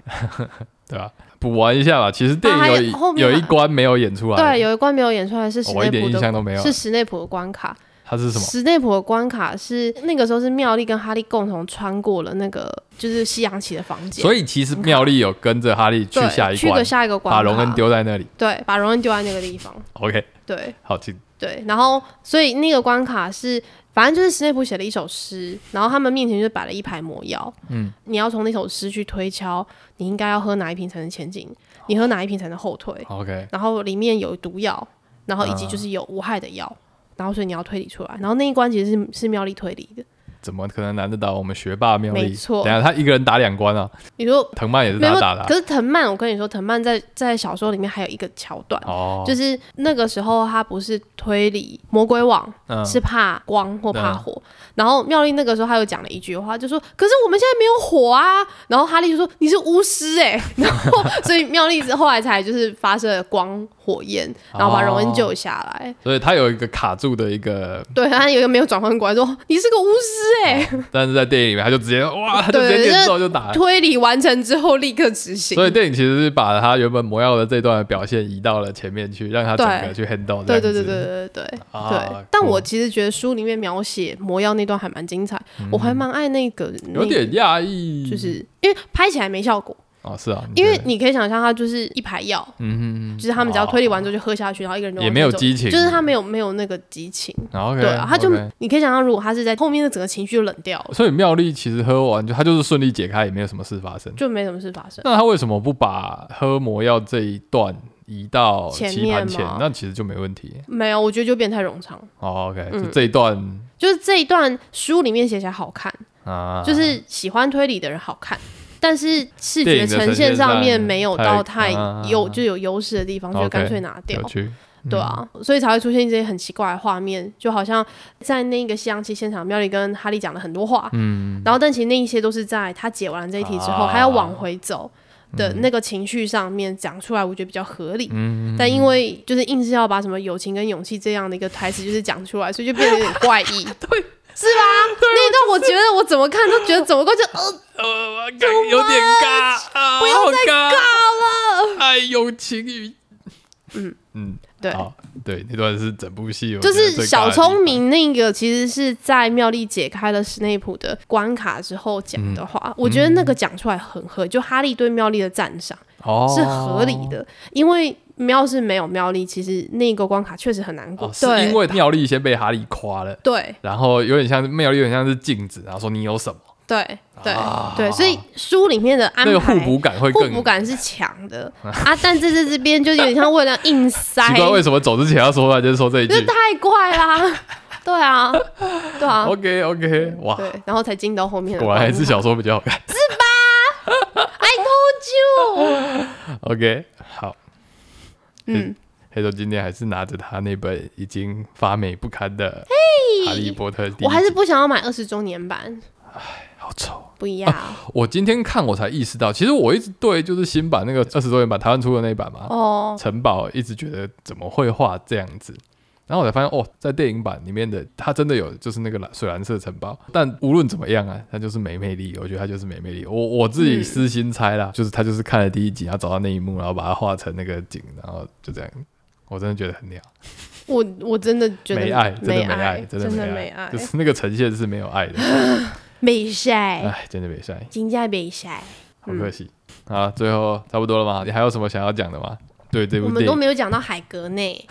[SPEAKER 2] 对吧？补完一下吧。其实电
[SPEAKER 1] 啊还有
[SPEAKER 2] 影
[SPEAKER 1] 后面
[SPEAKER 2] 有一有
[SPEAKER 1] 还
[SPEAKER 2] 一关没有演出来，哦
[SPEAKER 1] 对，有一关没有演出来是史
[SPEAKER 2] 我一
[SPEAKER 1] 内
[SPEAKER 2] 点
[SPEAKER 1] 普
[SPEAKER 2] 印象
[SPEAKER 1] 的，
[SPEAKER 2] 都没有。啊
[SPEAKER 1] 是史内普的关卡。
[SPEAKER 2] 它是什么？
[SPEAKER 1] 史内普的关卡是那个时候是妙丽跟哈利共同穿过了那个就是西洋棋的房间，
[SPEAKER 2] 所以其实妙丽有跟着哈利去
[SPEAKER 1] 对
[SPEAKER 2] 下一
[SPEAKER 1] 去
[SPEAKER 2] 关
[SPEAKER 1] 个，下一个关卡，
[SPEAKER 2] 把荣恩，丢在那里。
[SPEAKER 1] 对，把荣恩丢在那个地方，
[SPEAKER 2] OK，
[SPEAKER 1] 对
[SPEAKER 2] 好，请
[SPEAKER 1] 对，然后所以那个关卡是，反正就是史内普写了一首诗，然后他们面前就摆了一排魔药，
[SPEAKER 2] 嗯，
[SPEAKER 1] 你要从那首诗去推敲，你应该要喝哪一瓶才能前进，你喝哪一瓶才能后退，
[SPEAKER 2] OK，
[SPEAKER 1] 然后里面有毒药，然后以及就是有无害的药。然后，所以你要推理出来。然后那一关其实是是妙丽推理的。
[SPEAKER 2] 怎么可能难得倒我们学霸妙丽？
[SPEAKER 1] 没错
[SPEAKER 2] 等一下他一个人打两关啊，
[SPEAKER 1] 你说
[SPEAKER 2] 藤蔓也是
[SPEAKER 1] 没
[SPEAKER 2] 他
[SPEAKER 1] 有
[SPEAKER 2] 打的啊、
[SPEAKER 1] 可是藤蔓，我跟你说，藤蔓在在小说里面还有一个桥段，
[SPEAKER 2] 哦，
[SPEAKER 1] 就是那个时候他不是推理魔鬼网，
[SPEAKER 2] 嗯
[SPEAKER 1] 是怕光或怕
[SPEAKER 2] 嗯
[SPEAKER 1] 火。然后妙丽那个时候她有讲了一句话，就说：“可是我们现在没有火啊。”然后哈利就说：“你是巫师哎、 然后所以妙丽后来才就是发射了光火焰，然后把荣恩救下来。
[SPEAKER 2] 嗯所以他有一个卡住的一个
[SPEAKER 1] 对，他有一个没有转换过来说：“你是个巫师哎、
[SPEAKER 2] 但是在电影里面，他就直接哇，他就直接
[SPEAKER 1] 对就
[SPEAKER 2] 念咒就打了。
[SPEAKER 1] 推理完成之后立刻执行。
[SPEAKER 2] 啊所以电影其实是把他原本魔药的这段的表现移到了前面去，让他整
[SPEAKER 1] 对
[SPEAKER 2] 个去 handle
[SPEAKER 1] 对对
[SPEAKER 2] 这样
[SPEAKER 1] 对对
[SPEAKER 2] 子。
[SPEAKER 1] 对对对。
[SPEAKER 2] 啊
[SPEAKER 1] 对，但我
[SPEAKER 2] 酷
[SPEAKER 1] 其实觉得书里面描写魔药那段还蛮精彩，我还蛮爱那个，
[SPEAKER 2] 嗯有点讶异，
[SPEAKER 1] 那就是因为拍起来没效果，
[SPEAKER 2] 哦是啊，
[SPEAKER 1] 因为
[SPEAKER 2] 对
[SPEAKER 1] 你可以想象它就是一排药，
[SPEAKER 2] 嗯哼，
[SPEAKER 1] 就是他们只要推理完之后就喝下去，然后一个人就
[SPEAKER 2] 也
[SPEAKER 1] 往
[SPEAKER 2] 没有
[SPEAKER 1] 前走
[SPEAKER 2] 激情
[SPEAKER 1] 就是他没有没有那个激情，
[SPEAKER 2] 然后
[SPEAKER 1] 对啊，他就你可以想象，如果他是在后面的整个情绪就冷掉了，
[SPEAKER 2] 所以妙丽其实喝完就他就是顺利解开，也没有什么事发生。
[SPEAKER 1] 就没什么事发生。
[SPEAKER 2] 那他为什么不把喝魔药这一段移到
[SPEAKER 1] 前
[SPEAKER 2] 棋盘
[SPEAKER 1] 面
[SPEAKER 2] 前
[SPEAKER 1] 吗？
[SPEAKER 2] 那其实就没问题。
[SPEAKER 1] 没有，我觉得就变太冗长，
[SPEAKER 2] 哦，OK，
[SPEAKER 1] 嗯
[SPEAKER 2] 就这一段
[SPEAKER 1] 就是这一段书里面写起来好看，
[SPEAKER 2] 啊，
[SPEAKER 1] 就是喜欢推理的人好看，但是视觉
[SPEAKER 2] 电影的
[SPEAKER 1] 呈
[SPEAKER 2] 呈
[SPEAKER 1] 现
[SPEAKER 2] 现
[SPEAKER 1] 上
[SPEAKER 2] 上
[SPEAKER 1] 面没有到
[SPEAKER 2] 太
[SPEAKER 1] 太
[SPEAKER 2] 啊
[SPEAKER 1] 优就有优势的地方，就
[SPEAKER 2] OK，
[SPEAKER 1] 干脆拿掉
[SPEAKER 2] 有。趣，
[SPEAKER 1] 对啊，所以才会出现一些很奇怪的画面，就好像在那个西洋棋现场，妙丽跟哈利讲了很多话，嗯，然后但其实那一些都是在他解完了这一题之后，
[SPEAKER 2] 啊
[SPEAKER 1] 还要往回走的那个情绪上面讲出来，我觉得比较合理。嗯，但因为就是硬是要把什么友情跟勇气这样的一个台词就是讲出来，所以就变得有点怪异。 对。是吧？那一段我觉得我怎么看都觉得怎么会就呃
[SPEAKER 2] 呃，感有点尬啊，不要再尬了，爱有情与，嗯
[SPEAKER 1] 对
[SPEAKER 2] 嗯，，好，对，那段是整部戏我
[SPEAKER 1] 就
[SPEAKER 2] 觉得
[SPEAKER 1] 是
[SPEAKER 2] 最尬
[SPEAKER 1] 小
[SPEAKER 2] 的地方
[SPEAKER 1] 聪，明那个，其实是在妙丽解开了史内普的关卡之后讲的
[SPEAKER 2] 嗯
[SPEAKER 1] 话，我觉得那个讲出来很合，就哈利对妙丽的赞赏
[SPEAKER 2] 哦，
[SPEAKER 1] 是合理。的，因为喵是没有妙丽，其实那个关卡确实很难过，
[SPEAKER 2] 哦，是
[SPEAKER 1] 对
[SPEAKER 2] 因为妙丽先被哈利夸了，
[SPEAKER 1] 对
[SPEAKER 2] 然后有点像妙丽，有点像是镜子，然后说你有什么，
[SPEAKER 1] 对对、
[SPEAKER 2] 啊
[SPEAKER 1] 对，所以书里面的安
[SPEAKER 2] 那个
[SPEAKER 1] 排
[SPEAKER 2] 互补感会
[SPEAKER 1] 互
[SPEAKER 2] 更
[SPEAKER 1] 补感是强的啊，但这次这边就有点像为了硬塞，
[SPEAKER 2] 奇怪，为什么走之前要说话，就是说这一
[SPEAKER 1] 这
[SPEAKER 2] 句
[SPEAKER 1] 太怪啦，对啊对啊。
[SPEAKER 2] ？OK OK，哇，
[SPEAKER 1] 对，然后才进到后面的
[SPEAKER 2] 果然还是
[SPEAKER 1] 关卡
[SPEAKER 2] 小说比较好看。
[SPEAKER 1] I told you，
[SPEAKER 2] OK，好，
[SPEAKER 1] 嗯，
[SPEAKER 2] 黑豆今天还是拿着他那本已经发霉不堪的《哈利波特》第
[SPEAKER 1] 哎
[SPEAKER 2] 一
[SPEAKER 1] 我还是
[SPEAKER 2] 集
[SPEAKER 1] 不想要买二十周年版，
[SPEAKER 2] 好丑。
[SPEAKER 1] 不 要。
[SPEAKER 2] 我今天看我才意识到，其实我一直对就是新版那个二十周年版台湾出的那一版嘛，
[SPEAKER 1] 哦，
[SPEAKER 2] 城堡一直觉得怎么会画这样子，然后我才发现哦，在电影版里面的它真的有就是那个蓝水蓝色城堡，但无论怎么样啊，它就是没魅力，我觉得它就是没魅力。我我自己私心猜
[SPEAKER 1] 嗯
[SPEAKER 2] 啦，就是他就是看了第一集，然后找到那一幕，然后把它画成那个景，然后就这样。我真的觉得很鸟，
[SPEAKER 1] 我我真的觉得
[SPEAKER 2] 没爱，真的
[SPEAKER 1] 没
[SPEAKER 2] 没爱，真的
[SPEAKER 1] 的
[SPEAKER 2] 没
[SPEAKER 1] 爱哎
[SPEAKER 2] 就，是那个呈现是没有爱的，
[SPEAKER 1] 没晒，
[SPEAKER 2] 哎，真的没晒，
[SPEAKER 1] 金价没晒，
[SPEAKER 2] 好
[SPEAKER 1] 嗯
[SPEAKER 2] 可惜。啊，最后差不多了吗？你还有什么想要讲的吗？对这
[SPEAKER 1] 我
[SPEAKER 2] 部
[SPEAKER 1] 们
[SPEAKER 2] 电
[SPEAKER 1] 都
[SPEAKER 2] 影，
[SPEAKER 1] 没有讲到海格呢，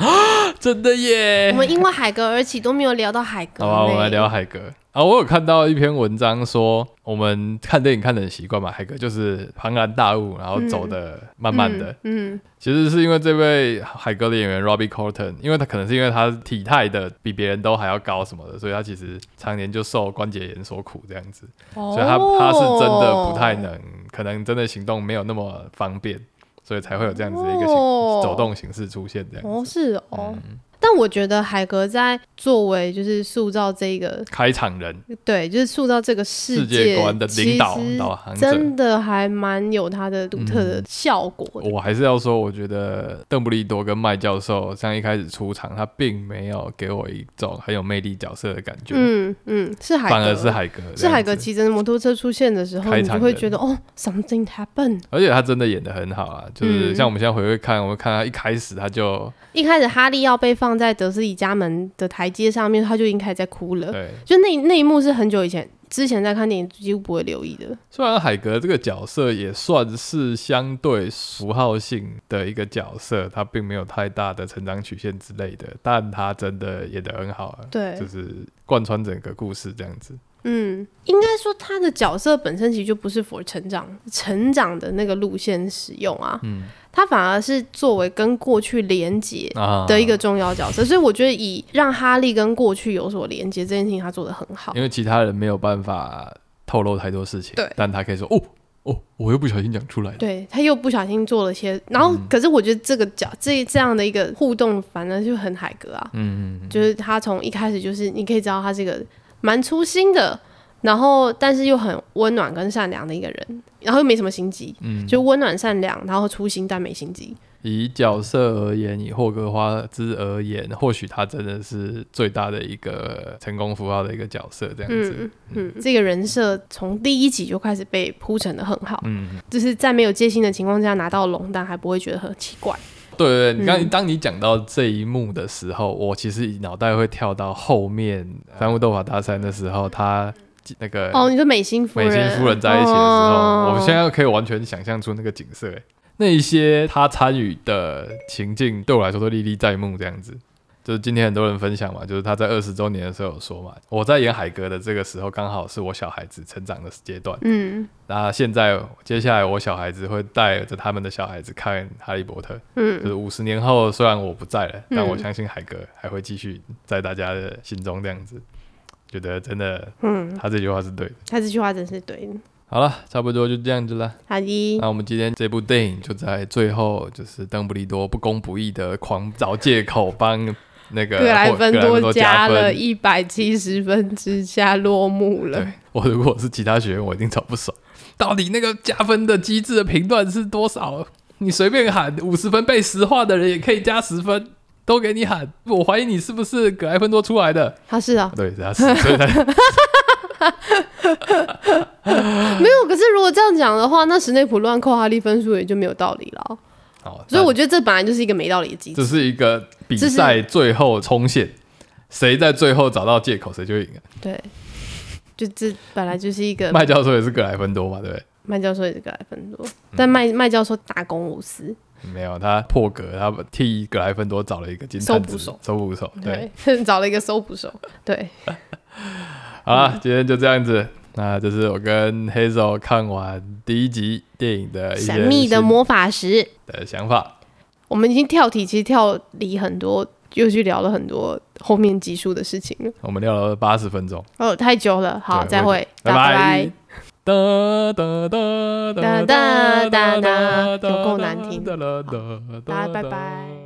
[SPEAKER 2] 真的耶，
[SPEAKER 1] 我们因为海格而起都没有聊到海格
[SPEAKER 2] 好吧，我们来
[SPEAKER 1] 呢。
[SPEAKER 2] 聊海格啊。我有看到一篇文章说，我们看电影看的很习惯嘛，海格就是庞然大物，然后走的慢慢的。
[SPEAKER 1] 嗯，
[SPEAKER 2] 其实是因为这位海格的演员 Robbie Colton，因为他可能是因为他体态的比别人都还要高什么的，所以他其实常年就受关节炎所苦这样子，
[SPEAKER 1] 哦
[SPEAKER 2] 所以他他是真的不太能，可能真的行动没有那么方便，所以才会有这样子的一个形、
[SPEAKER 1] 哦
[SPEAKER 2] 走动形式出现这样。
[SPEAKER 1] 哦，是哦。
[SPEAKER 2] 嗯
[SPEAKER 1] 但我觉得海格在作为就是塑造这个
[SPEAKER 2] 开场人
[SPEAKER 1] 对，就是塑造这个
[SPEAKER 2] 世
[SPEAKER 1] 世
[SPEAKER 2] 界观的
[SPEAKER 1] 其
[SPEAKER 2] 领导
[SPEAKER 1] 实
[SPEAKER 2] 导航者。嗯
[SPEAKER 1] 真的还蛮有它的独特的效果的。
[SPEAKER 2] 我还是要说，我觉得邓布利多跟麦教授像一开始出场，他并没有给我一种很有魅力角色的感觉，
[SPEAKER 1] 嗯嗯，是海格，
[SPEAKER 2] 反而是海格，
[SPEAKER 1] 是海格
[SPEAKER 2] 这样子
[SPEAKER 1] 骑着摩托车出现的时候，
[SPEAKER 2] 开
[SPEAKER 1] 你就
[SPEAKER 2] 场
[SPEAKER 1] 会
[SPEAKER 2] 的
[SPEAKER 1] 觉得哦，something happened。
[SPEAKER 2] 而且他真的演的很好啊，就是
[SPEAKER 1] 嗯
[SPEAKER 2] 像我们现在回味看，我们看他一开始他就
[SPEAKER 1] 一开始哈利要被放在德斯里家门的台阶上面，他就已经开始在哭了。
[SPEAKER 2] 对，
[SPEAKER 1] 就那那一幕是很久以前之前在看电影几乎不会留意的。
[SPEAKER 2] 虽然海格这个角色也算是相对符号性的一个角色，他并没有太大的成长曲线之类的，但他真的演的很好啊，
[SPEAKER 1] 对
[SPEAKER 2] 就是贯穿整个故事这样子。
[SPEAKER 1] 嗯，应该说他的角色本身其实就不是 for 成长成长的那个路线使用啊，
[SPEAKER 2] 嗯
[SPEAKER 1] 他反而是作为跟过去连接
[SPEAKER 2] 啊
[SPEAKER 1] 的一个重要角色，所以我觉得以让哈利跟过去有所连接这件事情，他做的很好。
[SPEAKER 2] 啊因为其他人没有办法透露太多事情，
[SPEAKER 1] 对
[SPEAKER 2] 但他可以说哦哦，我又不小心讲出来了，
[SPEAKER 1] 对他又不小心做了些，然后、
[SPEAKER 2] 嗯
[SPEAKER 1] 可是我觉得这个角这这样的一个互动，反正就很海格啊，
[SPEAKER 2] 嗯，
[SPEAKER 1] 就是他从一开始就是你可以知道他这个蛮粗心的，然后但是又很温暖跟善良的一个人，然后又没什么心机，
[SPEAKER 2] 嗯，
[SPEAKER 1] 就温暖善良，然后粗心但没心机。
[SPEAKER 2] 以角色而言，以霍格华兹而言，或许他真的是最大的一个成功符号的一个角色，这样子
[SPEAKER 1] 嗯。嗯，这个人设从第一集就开始被铺陈的很好，
[SPEAKER 2] 嗯，
[SPEAKER 1] 就是在没有戒心的情况下拿到龙蛋还不会觉得很奇怪。
[SPEAKER 2] 对对，对你刚、
[SPEAKER 1] 嗯
[SPEAKER 2] 当你讲到这一幕的时候，我其实脑袋会跳到后面三物斗法大赛的时候，他那个
[SPEAKER 1] 嗯哦，你说美心夫
[SPEAKER 2] 美
[SPEAKER 1] 人，
[SPEAKER 2] 心夫人在一起的时候，
[SPEAKER 1] 哦
[SPEAKER 2] 我现在可以完全想象出那个景色、欸，那一些他参与的情境对我来说都历历在目，这样子。就是今天很多人分享嘛，就是他在二十周年的时候有说嘛，我在演海哥的这个时候刚好是我小孩子成长的阶段，
[SPEAKER 1] 嗯
[SPEAKER 2] 那现在接下来我小孩子会带着他们的小孩子看《哈利波特》，就
[SPEAKER 1] 嗯
[SPEAKER 2] 是五十年后虽然我不在了，但
[SPEAKER 1] 嗯
[SPEAKER 2] 我相信海哥还会继续在大家的心中这样子，觉得真的
[SPEAKER 1] 嗯，
[SPEAKER 2] 他这句话是对的。
[SPEAKER 1] 他这句话真是对的。
[SPEAKER 2] 好了，差不多就这样子了。
[SPEAKER 1] 好的，
[SPEAKER 2] 那我们今天这部电影就在最后，就是邓布利多不公不义的狂找借口帮那个
[SPEAKER 1] 格莱芬
[SPEAKER 2] 霍格
[SPEAKER 1] 多加
[SPEAKER 2] 加
[SPEAKER 1] 了
[SPEAKER 2] 分。
[SPEAKER 1] 一百七十分之下落幕了
[SPEAKER 2] 对。我如果是其他学员，我一定找不爽。到底那个加分的机制的评断是多少？你随便喊五十分被石化的人也可以加十分，都给你喊。我怀疑你是不是格莱芬多出来的？
[SPEAKER 1] 他是啊，
[SPEAKER 2] 对，他是，所以他
[SPEAKER 1] 没有。可是如果这样讲的话，那史内普乱扣哈利分数也就没有道理了哦。
[SPEAKER 2] 好，
[SPEAKER 1] 所以我觉得这本来就是一个没道理的机
[SPEAKER 2] 这
[SPEAKER 1] 制。
[SPEAKER 2] 是一个比
[SPEAKER 1] 这是
[SPEAKER 2] 赛最后冲线，谁在最后找到借口，谁就赢了。啊
[SPEAKER 1] 对，就这本来就是一个
[SPEAKER 2] 麦教授也是格莱芬多嘛，对不对？
[SPEAKER 1] 麦教授也是格莱芬多，
[SPEAKER 2] 嗯
[SPEAKER 1] 但麦麦教授大公无私。
[SPEAKER 2] 没有，他破格，他替格莱芬多找了一个金探子
[SPEAKER 1] 搜捕手，
[SPEAKER 2] 搜捕手。对，
[SPEAKER 1] 对，找了一个搜捕手。对，
[SPEAKER 2] 好了，今天就这样子。那这是我跟 Hazel 看完第一集电影呃的一些
[SPEAKER 1] 神秘的魔法石，
[SPEAKER 2] 的想法。
[SPEAKER 1] 我们已经跳题，其实跳离很多，又去聊了很多后面集数的事情了。
[SPEAKER 2] 我们聊了八十分钟，
[SPEAKER 1] 哦，太久了，好，
[SPEAKER 2] 对
[SPEAKER 1] 再
[SPEAKER 2] 我
[SPEAKER 1] 会，
[SPEAKER 2] 拜
[SPEAKER 1] 大家
[SPEAKER 2] 拜。哒哒哒
[SPEAKER 1] 哒哒哒哒有够难听
[SPEAKER 2] 哒哒哒
[SPEAKER 1] 好大家拜拜